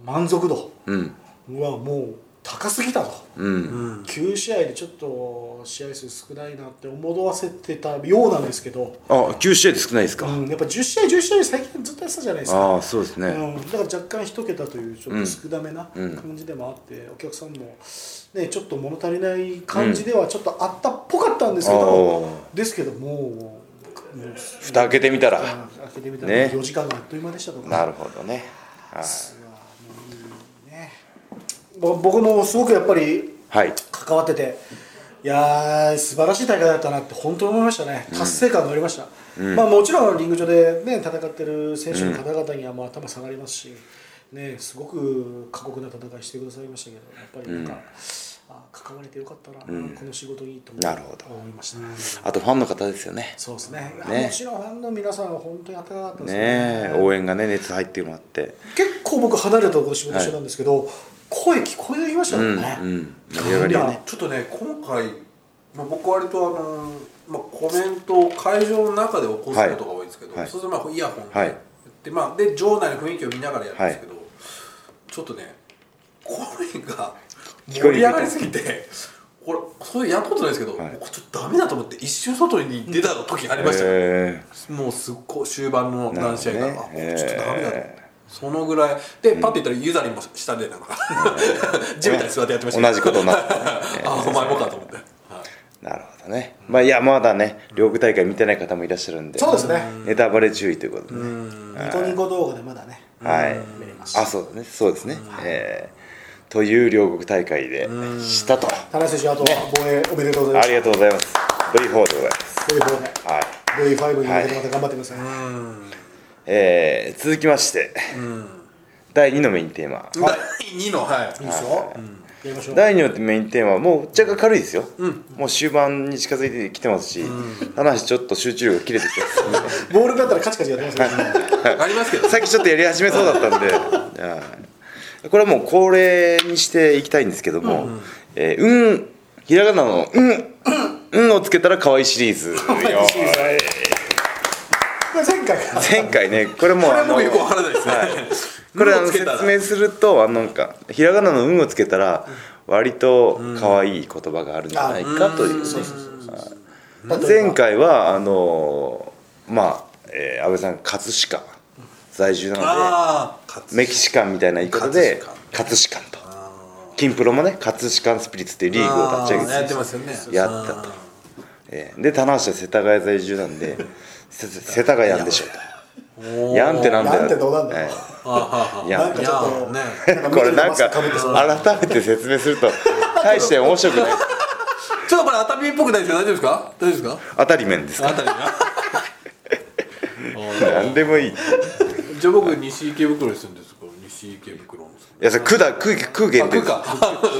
S2: 満足度
S1: うん
S2: はもう高すぎたと。
S1: うん
S2: 9試合でちょっと試合数少ないなって思わせてたようなんですけど、
S1: あ9試合で少ないですか、
S2: うん、やっぱ10試合11試合最近ずっとやってたじゃないですか、
S1: ああそうですね、
S2: うん、だから若干1桁というちょっと少なめな感じでもあって、お客さんも、ね、ちょっと物足りない感じではちょっとあったっぽかったんですけど、
S1: あ
S2: ですけどもうもう
S1: 蓋開けてみたら
S2: あ開けてみたら
S1: ね
S2: 4時間があっという間でしたとか、
S1: なるほどねはい
S2: ぼ僕もすごくやっぱり
S1: はい
S2: 関わってていやー素晴らしい大会だったなって本当に思いましたね達成感がありました、まあ、もちろんリング上で、ね、戦ってる選手の方々にはまあ頭下がりますし、ね、すごく過酷な戦いしてくださいましたけどやっぱりなんか、あ関われてよかったな、この仕事にと思
S1: なるほど
S2: 思いました、
S1: あとファンの方ですよね
S2: そうですね
S1: ね
S2: もちろんファンの皆さんは本当に温かかったで
S1: ね
S2: す
S1: え応援がね熱入ってもらって
S2: 結構僕離れたところ仕事してたんですけど、声聞こえてきましたもんね、
S1: うんうん盛り上がりがね
S3: ちょっとね今回、まあ、僕割とあのーまあ、コメントを会場の中で起こすことが多いんですけど、
S1: はいはい
S3: そうするとまあイヤホンで,、
S1: はい
S3: でまあ、で場内の雰囲気を見ながらやるんですけど、ちょっとね声が
S1: 聞こえにくい
S3: 盛り上がりすぎて。これそういうやったことないですけど、
S1: はい
S3: もうちょっとダメだと思って一瞬外に出た時ありましたよ、
S1: え
S3: もうすっごい終盤の何試合か、
S1: なるほど
S3: あ
S1: ね
S3: もうちょっとダメだと、
S1: え
S3: そのぐらいでパッと言ったらユダリも下でなんか、 地べたに座ってやってましたけど
S1: 同じことにな ってね
S3: あお前もかと思って、はい
S1: ーなるほどねまあいやまだね両国大会見てない方もいらっしゃるんで
S2: そうですね
S1: ネタバレ注意ということでね
S2: ニコニコ動画でまだね
S1: はい
S2: 見れました
S1: あそうだねそうですねえーという両国大会でしたと
S2: 田中選手あと防衛おめでとうございま
S1: あ
S2: す
S1: りがとうございます V4 でございます
S2: ということで
S1: はい
S2: V5 に向けてまた頑張ってください、
S1: えー続きまして第2のメインテーマ
S3: 第2のはい
S2: いいですよ、やりましょう
S1: 第2のメインテーマはもう若干軽いですよ、もう終盤に近づいてきてますし、話ちょっと集中力が切れてきてます
S2: ボールだったらカチカチやってますよ
S3: ありますけど
S1: さっきちょっとやり始めそうだったんではいこれはもう恒例にしていきたいんですけども「うん」えーうん、ひらがなの「うん」うんをつけたら可愛いシリーズよ
S2: これ前回が
S1: 前回ねこれもうあの
S3: 僕よくわからないですね、
S1: これあ
S3: 運
S1: の
S3: をつけ
S1: 説
S3: たら
S1: 明するとあのなんかひらがなの「運」をつけたら割と可愛い言葉があるんじゃないかというねはい前回はあのまあ、えー安倍さん葛飾在住なの
S3: ああ
S1: でメキシカンみたいな言い方で葛飾と金プロもね葛飾スピリッツっていうリーグを立ち上げ
S3: やっててますよね
S1: やったと、えーで棚橋は世田谷在住なんでせ世田谷やんでしょうとやんってなんだよ
S2: なんてどうなんだ
S1: え
S2: よ
S3: あーは
S1: ーやん
S2: なんかちょっと
S3: ね
S1: これなんか改めて説明すると大して面白くない
S3: ちょっとこれ熱海っぽくないですよ大丈夫ですか大丈夫ですか
S1: 当たり面ですか
S3: 熱海が
S1: 何でもいいい
S3: じゃあ僕西池袋に住んでるんですから西池袋の
S1: やそれ区だ区区限定
S3: 区
S1: です
S3: か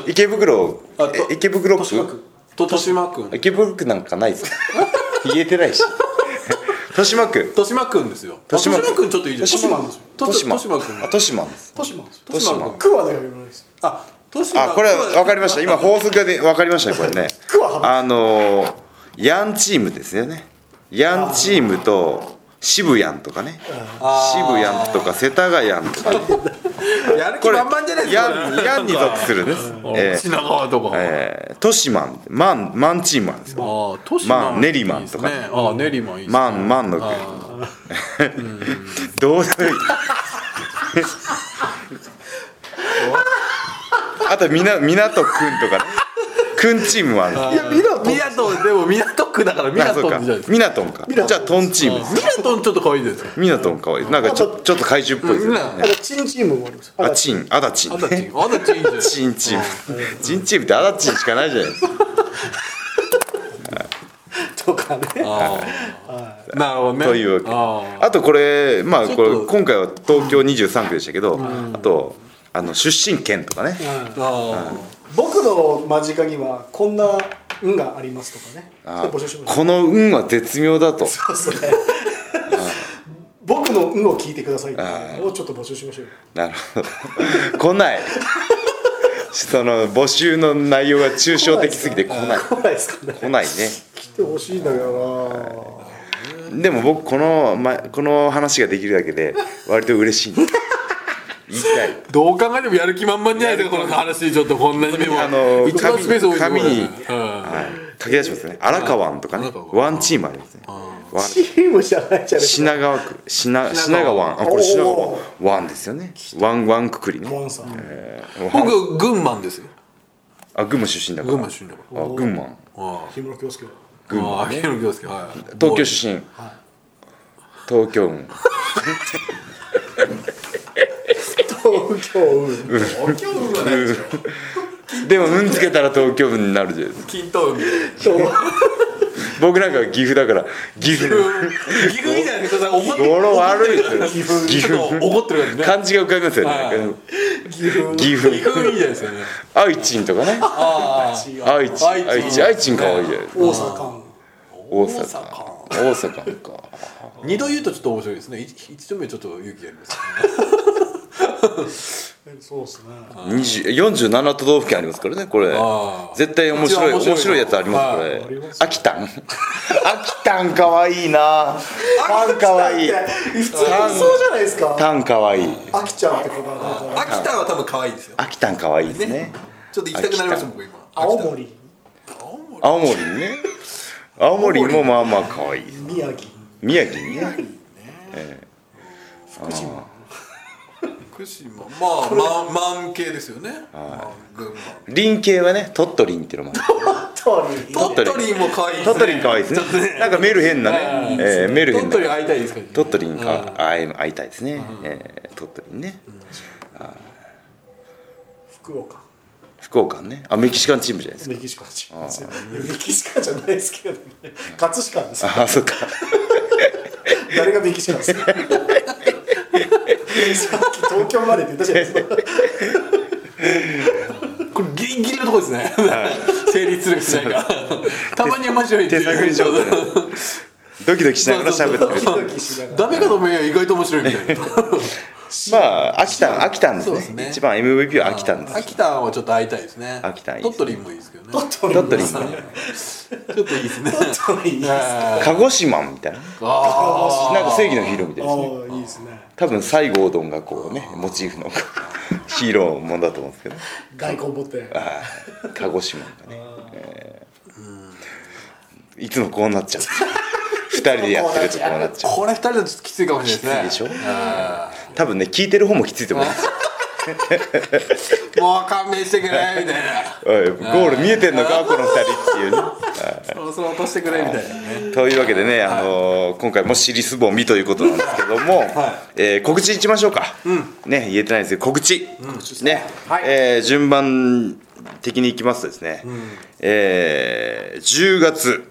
S1: 池袋
S3: あと
S1: え池袋
S2: 豊島
S1: 区
S2: 区
S3: と豊島区
S1: 池袋区なんかないですか言えてないし豊島区
S3: 豊島区ですよあ
S1: 豊島区
S3: 豊島区ちょっといいじゃ
S2: 豊
S3: ん
S2: 島区ですよ
S3: と
S1: 豊島
S3: 豊島区
S1: あ豊島です
S2: 豊島です
S1: 豊島
S3: 区
S2: 区はだけどないです
S3: あ豊島
S1: あこれ分かりました今法則で分かりましたねこれね
S2: 区は
S1: あのーヤンチームですよねヤンチームと渋谷とかね渋谷とか世田谷とか
S3: やる気
S1: これ
S3: 満々じゃないです
S1: ヤンヤンに属するねえー
S3: 品川とか、
S1: えー、トシマン、マン、マンチーマンですよ。
S3: ああ豊島
S1: まあ練馬とか
S3: いいですねああ練馬いいですね
S1: マン、マンの国。どうでもいい。 あと、みな、港くんとかね。くんチームもある。
S2: いや見ろ
S3: 港でも港区だから
S1: あ
S3: 港
S1: そう
S3: じゃ
S1: か
S3: ないです。か
S1: みなとんか。じゃあ、トンチームです。
S3: 港ちょっと可愛いですよ
S1: みなとんかわいい。なんかちょ、ちょっと怪獣っぽいですよ
S3: うん
S2: あ
S1: ね。
S2: とチンチームもあります
S1: あ、チン、あだチン
S3: あ。だちんあだちんいいじゃない ですか
S1: チンチーム。チンチームってあだチンしかないじゃないですか。
S2: とかね
S3: なるほどね
S1: というわけ
S3: あ
S1: あとこれまあ
S3: ちょっ
S1: ことれ今回は東京23区でしたけど、あとあの出身県とかね、
S3: ああ
S2: 僕の間近にはこんな運がありますとかね
S1: あ
S2: 募集します
S1: この運は絶妙だと
S2: そうですね僕の運を聞いてくださいっていうのをちょっと募集しましょうよ
S1: なるほど 来ないその募集の内容が抽象的すぎて来ない
S2: 来ないですかね
S1: 来ない
S2: 来てほしいんだけど
S1: ねでも僕この、ま、この話ができるだけで割と嬉しいんです言いたい
S3: どう考えてもやる気満々じゃないですかこの話ちょっとこんなにメモ
S1: あの
S3: 一番スペース多いとこ
S1: 紙に
S3: うん
S1: はい書き出しますね荒川湾とかね
S3: 荒川湾
S1: ワンチームありますね
S2: なチームじゃないじゃないですか
S1: 品川区品品川湾あこれ品川湾湾ですよねワンワンくくりね
S2: ワンさん
S1: 湾
S3: 僕群馬ですよ
S1: あ群馬出身だから
S3: 群馬出身だから
S1: あ群馬
S3: あ
S2: 木村京介は
S3: 群馬あ広京介はい
S1: 東京出身東京運
S2: 東京運
S1: でも運つけたら東京運になるじゃないですか
S3: 金刀海
S1: 僕なんか岐阜だから岐阜
S3: 岐阜みたいな人さ怒って
S1: 語呂悪い
S3: 岐阜
S1: 岐
S3: ち
S1: 阜
S3: ょっと怒ってる感じね
S1: 漢字が浮かびますよ
S3: はい
S1: ね岐
S3: 岐
S1: 阜
S3: 阜岐阜いいじゃないですかね
S1: 愛知とかね
S3: あ
S1: 愛知
S3: 愛知
S1: 愛知愛知かわいいじゃないですか
S2: 大阪
S1: 大阪大阪か
S3: あ二度言うとちょっと面白いですね一一度目ちょっと勇気ありますね
S2: そうですね
S1: 20 47都道府県ありますからねこれ
S3: あー
S1: 絶対面白い
S3: 一応面
S1: 面
S3: 白い
S1: 白
S3: の
S1: いやつありますこ
S3: は
S1: れ
S2: あります
S1: 秋田秋田かわいいなタンかわいい
S2: 普通にそうじゃないですか
S1: タンかわいい
S2: 飽きちゃうってことはなんか
S3: 秋田は多分可愛いですよ
S1: 秋田かわいいですね
S3: ちょっと行きたくなりました僕今
S2: 青森
S1: 青森ね青森もまあまあかわいい
S2: 宮城
S1: 宮城ね
S3: 福島まあまん まん系ですよね群馬
S1: 林系はね鳥取っていうのもある鳥
S2: 鳥取
S3: 鳥
S1: 取
S3: 取も可愛いです
S1: 鳥取かわいいですねなんかメルヘンなねえーメルヘ
S3: 鳥
S1: ンな
S3: 取会いたいですからね
S1: 鳥取にか会え会いたいですねえー鳥取にね
S2: 福岡
S1: 福岡ねあメキシカンチームじゃないですか
S2: メキシカンじゃないですよメキシカンじゃないですけどね葛飾ですよ
S1: あそっか
S2: 誰がメキシカンですかさっ き東京までって言ったじゃないですか
S3: これギリギリのとこですね成立するかしないか たまに面白いって
S1: 手探り状態ドキドキしながら喋ってる
S2: ドキドキしなが ら
S3: ダメかと思えば意外と面白いみたいな
S1: まあ秋田秋田です
S3: そう
S1: ね
S3: ですね
S1: 一番 MVP は秋田です、
S3: 秋田はちょっと会いたいですね
S1: 秋田いいですね
S3: 鳥取もいいですけどね
S1: 鳥取も
S3: ちょっといいですね
S2: 取いいですね
S3: あー
S1: 鹿児島みたいな
S3: あー
S1: なんか正義のヒーローみたいですね
S2: ああいいですね
S1: 多分西郷どんがこうねモチーフのこうヒーローもんだと思うんですけど
S2: 外交持って
S1: はい鹿児島がね、えーいつもこうな っちゃう二人でやってるとこうなっちゃう
S3: これ二人だときついかもしれない
S1: きつ
S3: です
S1: い
S3: ね
S1: でしょ
S3: あ
S1: 多分ね聞いてる方もきついと思います
S3: ーもう勘弁してくれみたいな
S1: おいゴール見えてんのかこの二人っていうねは
S3: そろそろ落としてくれみたいなね
S1: いというわけでね、あのー今回も尻すぼみということなんですけども、えー告知いきましょうか、ね言えてないですけど告知、ね、えー順番的にいきますとですね、えー10月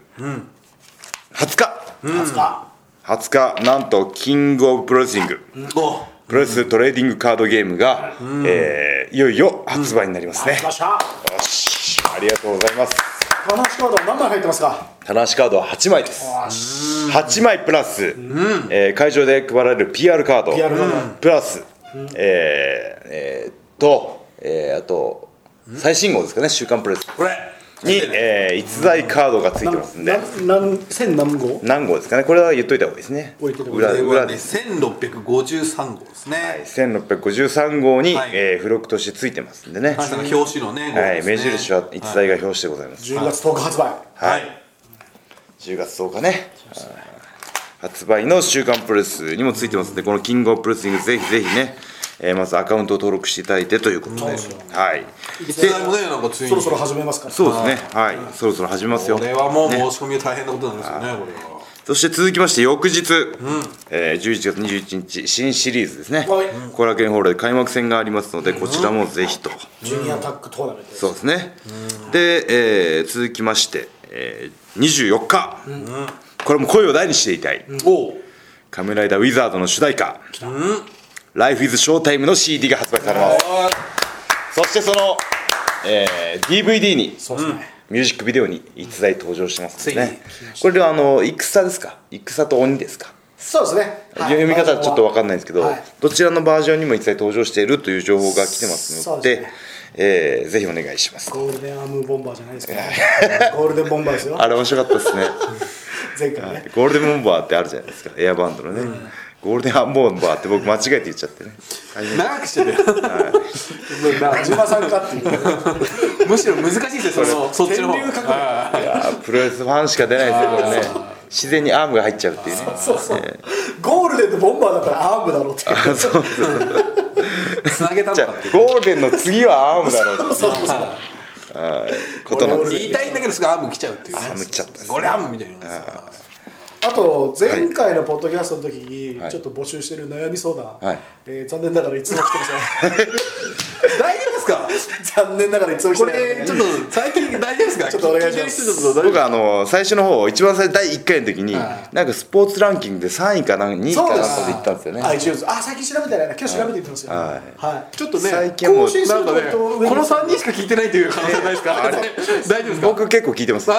S1: 20日、
S2: 20日
S1: 20日なんとキングオブプロレスリング、
S3: お
S1: プロレストレーディングカードゲームが、えーいよいよ発売になりますね、
S2: 来ました
S1: よしありがとうございます
S2: 話しカードは何枚入ってますか
S1: 棚橋カードは8枚です8枚プラス、えー会場で配られる PR カード
S2: PR カー
S1: プラス、えーえーと、えーあと最新号ですかね「週刊プロレス
S3: これ」
S1: に、えー逸材カードが付いてますんで
S2: 何何千何号
S1: 何号ですかねこれは言っといた方がいいですね
S2: 置いといた方
S1: 裏
S2: が
S3: これ
S1: 裏
S3: はね
S1: です
S3: 1653号ですね、
S1: 1653号に、
S3: はい
S1: えー付録として付いてますんでね、
S3: なんか表紙のね、
S1: はい、
S3: 号で
S1: 目
S3: すね
S1: 印は逸材が表紙でございます、
S2: 10月10日発売
S3: はい、
S1: 10月10日ね発売の「週刊プロレス」にもついてますんでこのキングオブプロレスリングぜひぜひね、えーまずアカウントを登録していただいてということではい
S3: 世代もねなんかついに
S2: そろそろ始めますから
S1: そうですねはいそろそろ始めますよ
S3: これはもう申し込みが大変なことなんですよねこれは
S1: そして続きまして翌日、えー11月21日新シリーズですね
S2: はい
S1: 後楽園ホールで開幕戦がありますのでこちらもぜひと
S2: ジュニアタックトーナメント
S1: そうですねで、えー続きまして、えー24日これも声を大にしていたい
S3: おう
S1: 仮面ライダーウィザードの主題歌「Life is Showtime」の CD が発売されますそしてその、えー DVD に
S2: そうですね
S1: ミュージックビデオに逸材登場してますのでね
S3: つ
S1: これではあの戦ですか戦と鬼ですか、
S2: そうですねはい
S1: 読み方はちょっと分かんないんですけど、
S2: はい
S1: どちらのバージョンにも逸材登場しているという情報が来てます
S2: そ
S1: の
S2: う
S1: で
S2: ですね
S1: えーぜひお願いします
S2: ゴールデンアームボンバーじゃないですけどゴールデンボンバーですよ
S1: あれ面白かったですね
S2: 前回ね
S1: ゴールデンボンバーってあるじゃないですかエアバンドのね、ゴールデンアンボンバーって僕間違えて言っちゃってね
S3: 長く してる
S2: ジュマさん かっていう
S3: むしろ難しいですよそのそっちの方
S2: 天竜閣
S3: はい
S1: いやープロレスファンしか出ないですよこれね自然にアームが入っちゃうっていうね
S2: そうそうゴールデンとボンバーだったらアームだろうっていう
S1: そうそうそう
S3: つなげたの
S1: じゃ
S3: か
S1: あ
S3: っていう
S1: ゴールデンの次はアームだろうって
S2: そうそうそう
S1: ことなんです
S3: 言いたいんだけどすぐアーム来ちゃうっていうね
S1: ム来ちゃった
S3: これアームみたいなのですから
S2: あと前回のポッドキャストの時に
S1: はい
S2: ちょっと募集してる悩み相談、
S1: はい
S2: えー残念ながらいつも来てま
S3: 大丈夫ですか
S2: せん 残念ながらいつも来て
S3: こ
S2: ません
S3: れちょっと最近大丈夫ですか
S2: ちょっとお願いします
S3: 聞てる人ちょっと大丈夫
S1: 僕はあの最初の方一番最初第1回の時になんかスポーツランキングで3位かなんか2位
S2: そ
S1: か
S2: うで
S1: なん
S2: す
S1: かで行ったんですよね
S2: あ iTunes あ最近調べてないな今日調べていってますよ
S1: は
S2: はい
S3: ちょっとね
S1: 最近はもう
S2: 更新す
S3: な
S2: る
S3: んか
S2: と
S3: ね
S2: 上に
S3: この3人しか聞いてないという可能性ないですか大丈夫ですか
S1: 僕結構聞いてます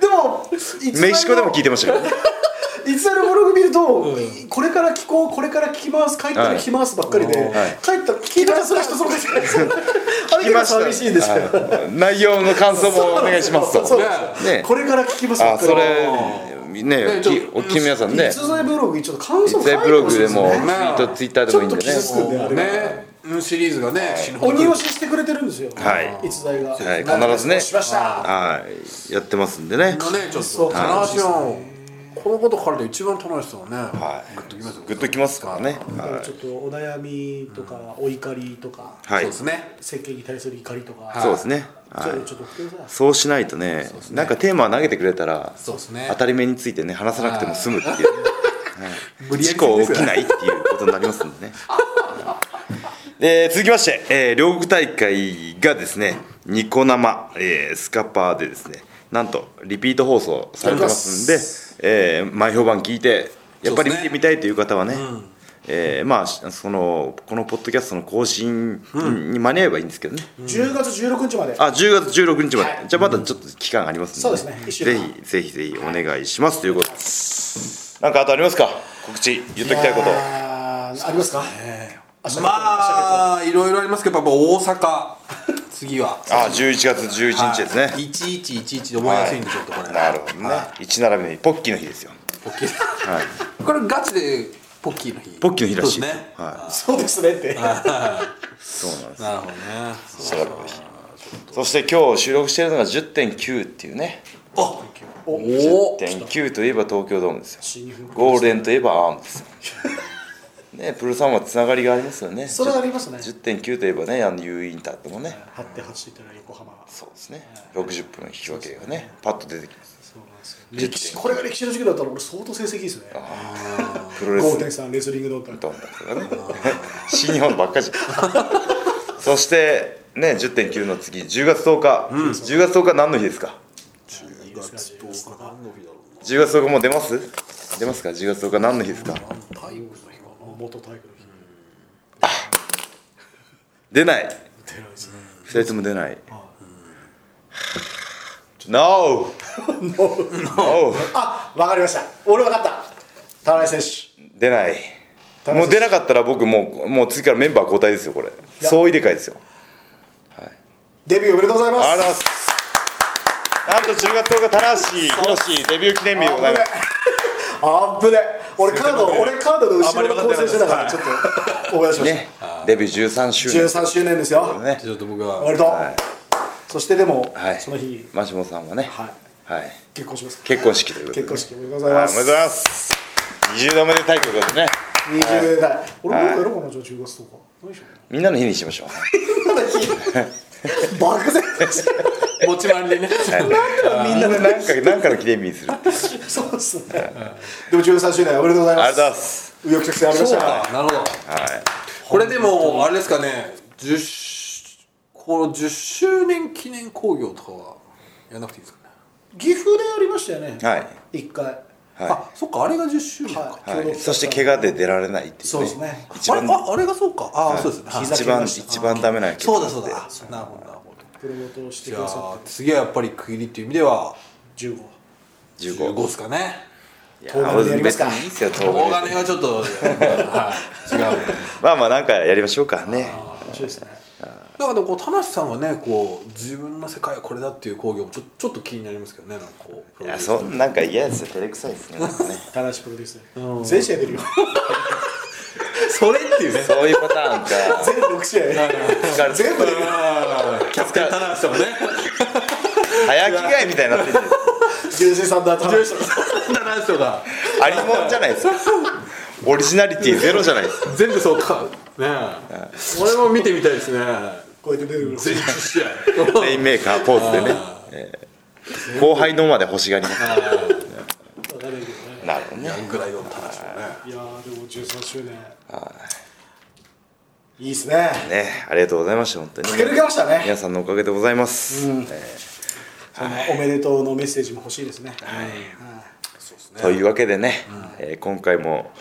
S2: でもいつ
S1: メキシコでも聞い
S2: て
S1: てましたけど
S2: いつあのブログ見ると、これから聞こうこれから聞きます帰ったら聞きますばっかりで、
S1: はい
S2: 帰った聞いたらその人そうですよねあれ
S1: 聞き
S2: 結構
S1: ました
S2: 寂しいですよ
S1: はい内容の感想もお願いしますと
S2: そう
S1: ね
S2: なんですよこれから聞きますば
S1: あ
S2: っか
S1: そ
S2: り
S1: れね
S3: ね
S1: お
S3: ちょっ
S1: 聞
S3: と
S1: お聞きの皆さんね
S2: 逸材ブログちょっと感想
S1: 実際ブログでも
S2: 書
S1: ツイ
S2: いてほしい
S1: ートツイッターで
S2: すね
S1: もいいんでね
S2: ちょっと傷つくんであれは
S3: ねうんシリーズがね死ぬほど
S2: 鬼押ししてくれてるんですよ、
S1: はい
S2: 逸材が、
S1: はい必ずね
S2: しました
S1: はいやってますんでね
S3: のねちょっ
S2: そ
S3: と
S2: う
S3: 棚橋のこのことからで一番棚橋さんはね
S1: はい
S3: グッときますよ
S1: グッときますからね
S2: だ
S1: は
S2: か
S1: い
S2: らちょっとお悩みとか、お怒りとか、
S1: はい
S3: そうですね
S2: 設計に対する怒りとか、
S1: そうですね
S2: そ
S1: は
S2: れ
S1: い
S2: をちょっと送ってくださ
S1: そうしないとねなんかテーマ投げてくれたら
S3: そうですね
S1: 当たり目についてね話さなくても済むっていうね、はい、事故起きないっていうことになりますんでね で続きまして、えー両国大会がですねニコ生、えースカパーでですねなんとリピート放送されてますんでえー前評判聞いてやっぱり見てみたいという方はねえーまあそのこのポッドキャストの更新に間に合えばいいんですけどね、
S2: い、10月16日まで
S1: あ10月16日まで、
S2: はい
S1: じゃあまだちょっと期間ありますんで、
S2: そうですね一週間
S1: ぜひぜひぜひお願いしますということでなんかあとありますか告知言っときたいこと
S2: やあーありますか
S3: ええ
S2: 明日
S3: まあいろいろありますけどやっぱ大阪次は
S1: あ11月11日ですね、
S3: はい、1111で思いやすいんでしょうとこれ、
S1: なるほどね、
S3: は
S1: 一並びのポッキーの日ですよ
S3: いポッキー、これガチでポッキーの日
S1: ポッキーの日らしい
S3: そう
S1: です
S3: です
S1: よ
S3: ね
S1: は
S2: そうですねって
S1: そうなんです
S3: なるほどねそう
S1: 調べるべきそして今日収録しているのが10.9っていうね
S3: あおお
S1: 10.9といえば東京ドームですよ
S2: 新日
S1: ゴールデンといえばアーム ですよねプロさんはつながりがありますよね
S2: それはありますね
S1: 10.9といえばねあの U インターともね
S2: 張って走ってたら横浜が
S1: そうですね60分の引き分けがねパッと出てきます
S2: そうなんですよ歴史これが歴史の授業だったら俺相当成績いいですね
S1: プロレス
S2: 5.3レスリングドーム
S1: どんだけがね 新日本ばっかじゃんそしてね10.9の次10月10日、10月10日何の日ですか
S2: いいですね
S3: 10日何の日だろう
S1: 10月10日もう出ます出ますか10月10日何の日ですか
S3: な体育の日か
S2: 元体育の日
S1: 出ない
S2: 出ないですね
S1: 2人とも出ない NO! NO!
S2: あわかりました俺わかった田中選手
S1: 出ないもう出なかったら僕もうもう次からメンバー交代ですよこれ
S2: や
S1: 総入れ替えですよ
S2: デビューおめでとうございま
S1: あ
S2: す
S1: りがとうございますなんと10月10日田中宏デビュー記念日でございます
S2: あっぶね俺カード俺カードの
S3: あん
S2: 後
S3: まり
S2: ろ
S3: 分
S2: の構成
S3: かってなかった
S2: してたからちょっと思い出しまし
S1: ね、デビュー13周
S2: た
S1: 年
S2: 13周年ですよ
S1: ね
S3: なちょっと僕は
S2: おめでとう
S1: はい
S2: そしてでも
S1: はい
S2: その日
S1: マシモさんはね、
S2: はい
S1: はい
S2: 結婚します
S1: 結婚式ということで
S2: 結婚式おめでとうご
S1: はい
S2: ざい
S1: おめですとう
S2: ま
S1: ございます20度目で対局ですね
S2: 20代俺もうやろうかなじゃあ10月とか何しよ
S1: みんなの日にしましょう
S2: うかな 漠然としてる
S3: 持ち回りでね
S1: みんなで何か何かの記念日にするありがとう
S2: そうですね。でも13周年おめでとうございます。
S1: ございます
S2: 右翼曲線ありまし
S3: そう
S2: たね
S3: か。なるほど
S1: はい
S3: これでもあれですかね10しこの10周年記念興行とかはやらなくていいですかね
S2: 岐阜でありましたよね。
S1: はい
S2: 一回。はい。
S1: は
S3: あそっかあれが10周年か、
S2: は
S1: はい、そして怪我で出られないっていうね
S2: そうですね
S1: 一番
S3: あれああれがそうかあ、そうですねはい
S2: 膝
S1: 一番一番ダメな曲
S3: そうだそうだあなるほどなるほど
S2: プロモートをして
S3: じ
S2: く
S3: ゃ
S2: ださ
S3: あ
S2: って
S3: 次はやっぱり区切りっていう意味では
S2: 15。
S1: 15
S3: 15ですかね
S1: いや
S2: 東金でやりますか
S1: 別にいいですよ東
S3: 大
S1: 金
S3: 金はちょっと、 はい、違う
S1: まあまあなんかやりましょうかね
S2: 面白いですね。
S3: だからこう田無さんはねこう自分の世界はこれだっていう興行もちょちょっと気になりますけどねなんかこう
S1: いやそんなんか嫌ですよ照れくさいですねなんかね
S2: 田中プロデュースで。全試合出るよ。
S3: それっていうね
S1: そういうパターンか
S2: 全6試合。
S1: 疲れてる
S2: 全部出る。
S3: キャプテン田中さんもね
S1: 早着替えみたいになってる
S2: 純粋さんだと。
S3: 田中さんが
S1: ありもんじゃないですかオリジナリティゼロじゃないですか
S3: 全部そうかね俺も見てみたいですね
S2: こうやって出てくる。
S3: 全10試合
S1: レインメーカーポーズでね、えー後輩のまで欲しがります
S2: わかるけどね。
S1: なるほどね
S3: ヤングライオン田中さんね
S2: いやーでも13周年。いいですね。
S1: ねありがとうございました本当に
S2: 駆け抜けましたね。
S1: 皆さんのおかげでございます、
S2: そのおめでとうのメッセージも欲しいですね。
S1: というわけでね、えー今回も、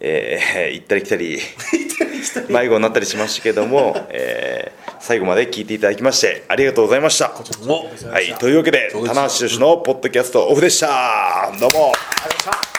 S1: えー行 ったり来たり迷子になったりしましたけども、えー最後まで聞いていただきましてありがとうございました
S3: お
S1: はい、というわけで棚橋宏のポッドキャストオフでしたどうも
S2: ありがとうございました。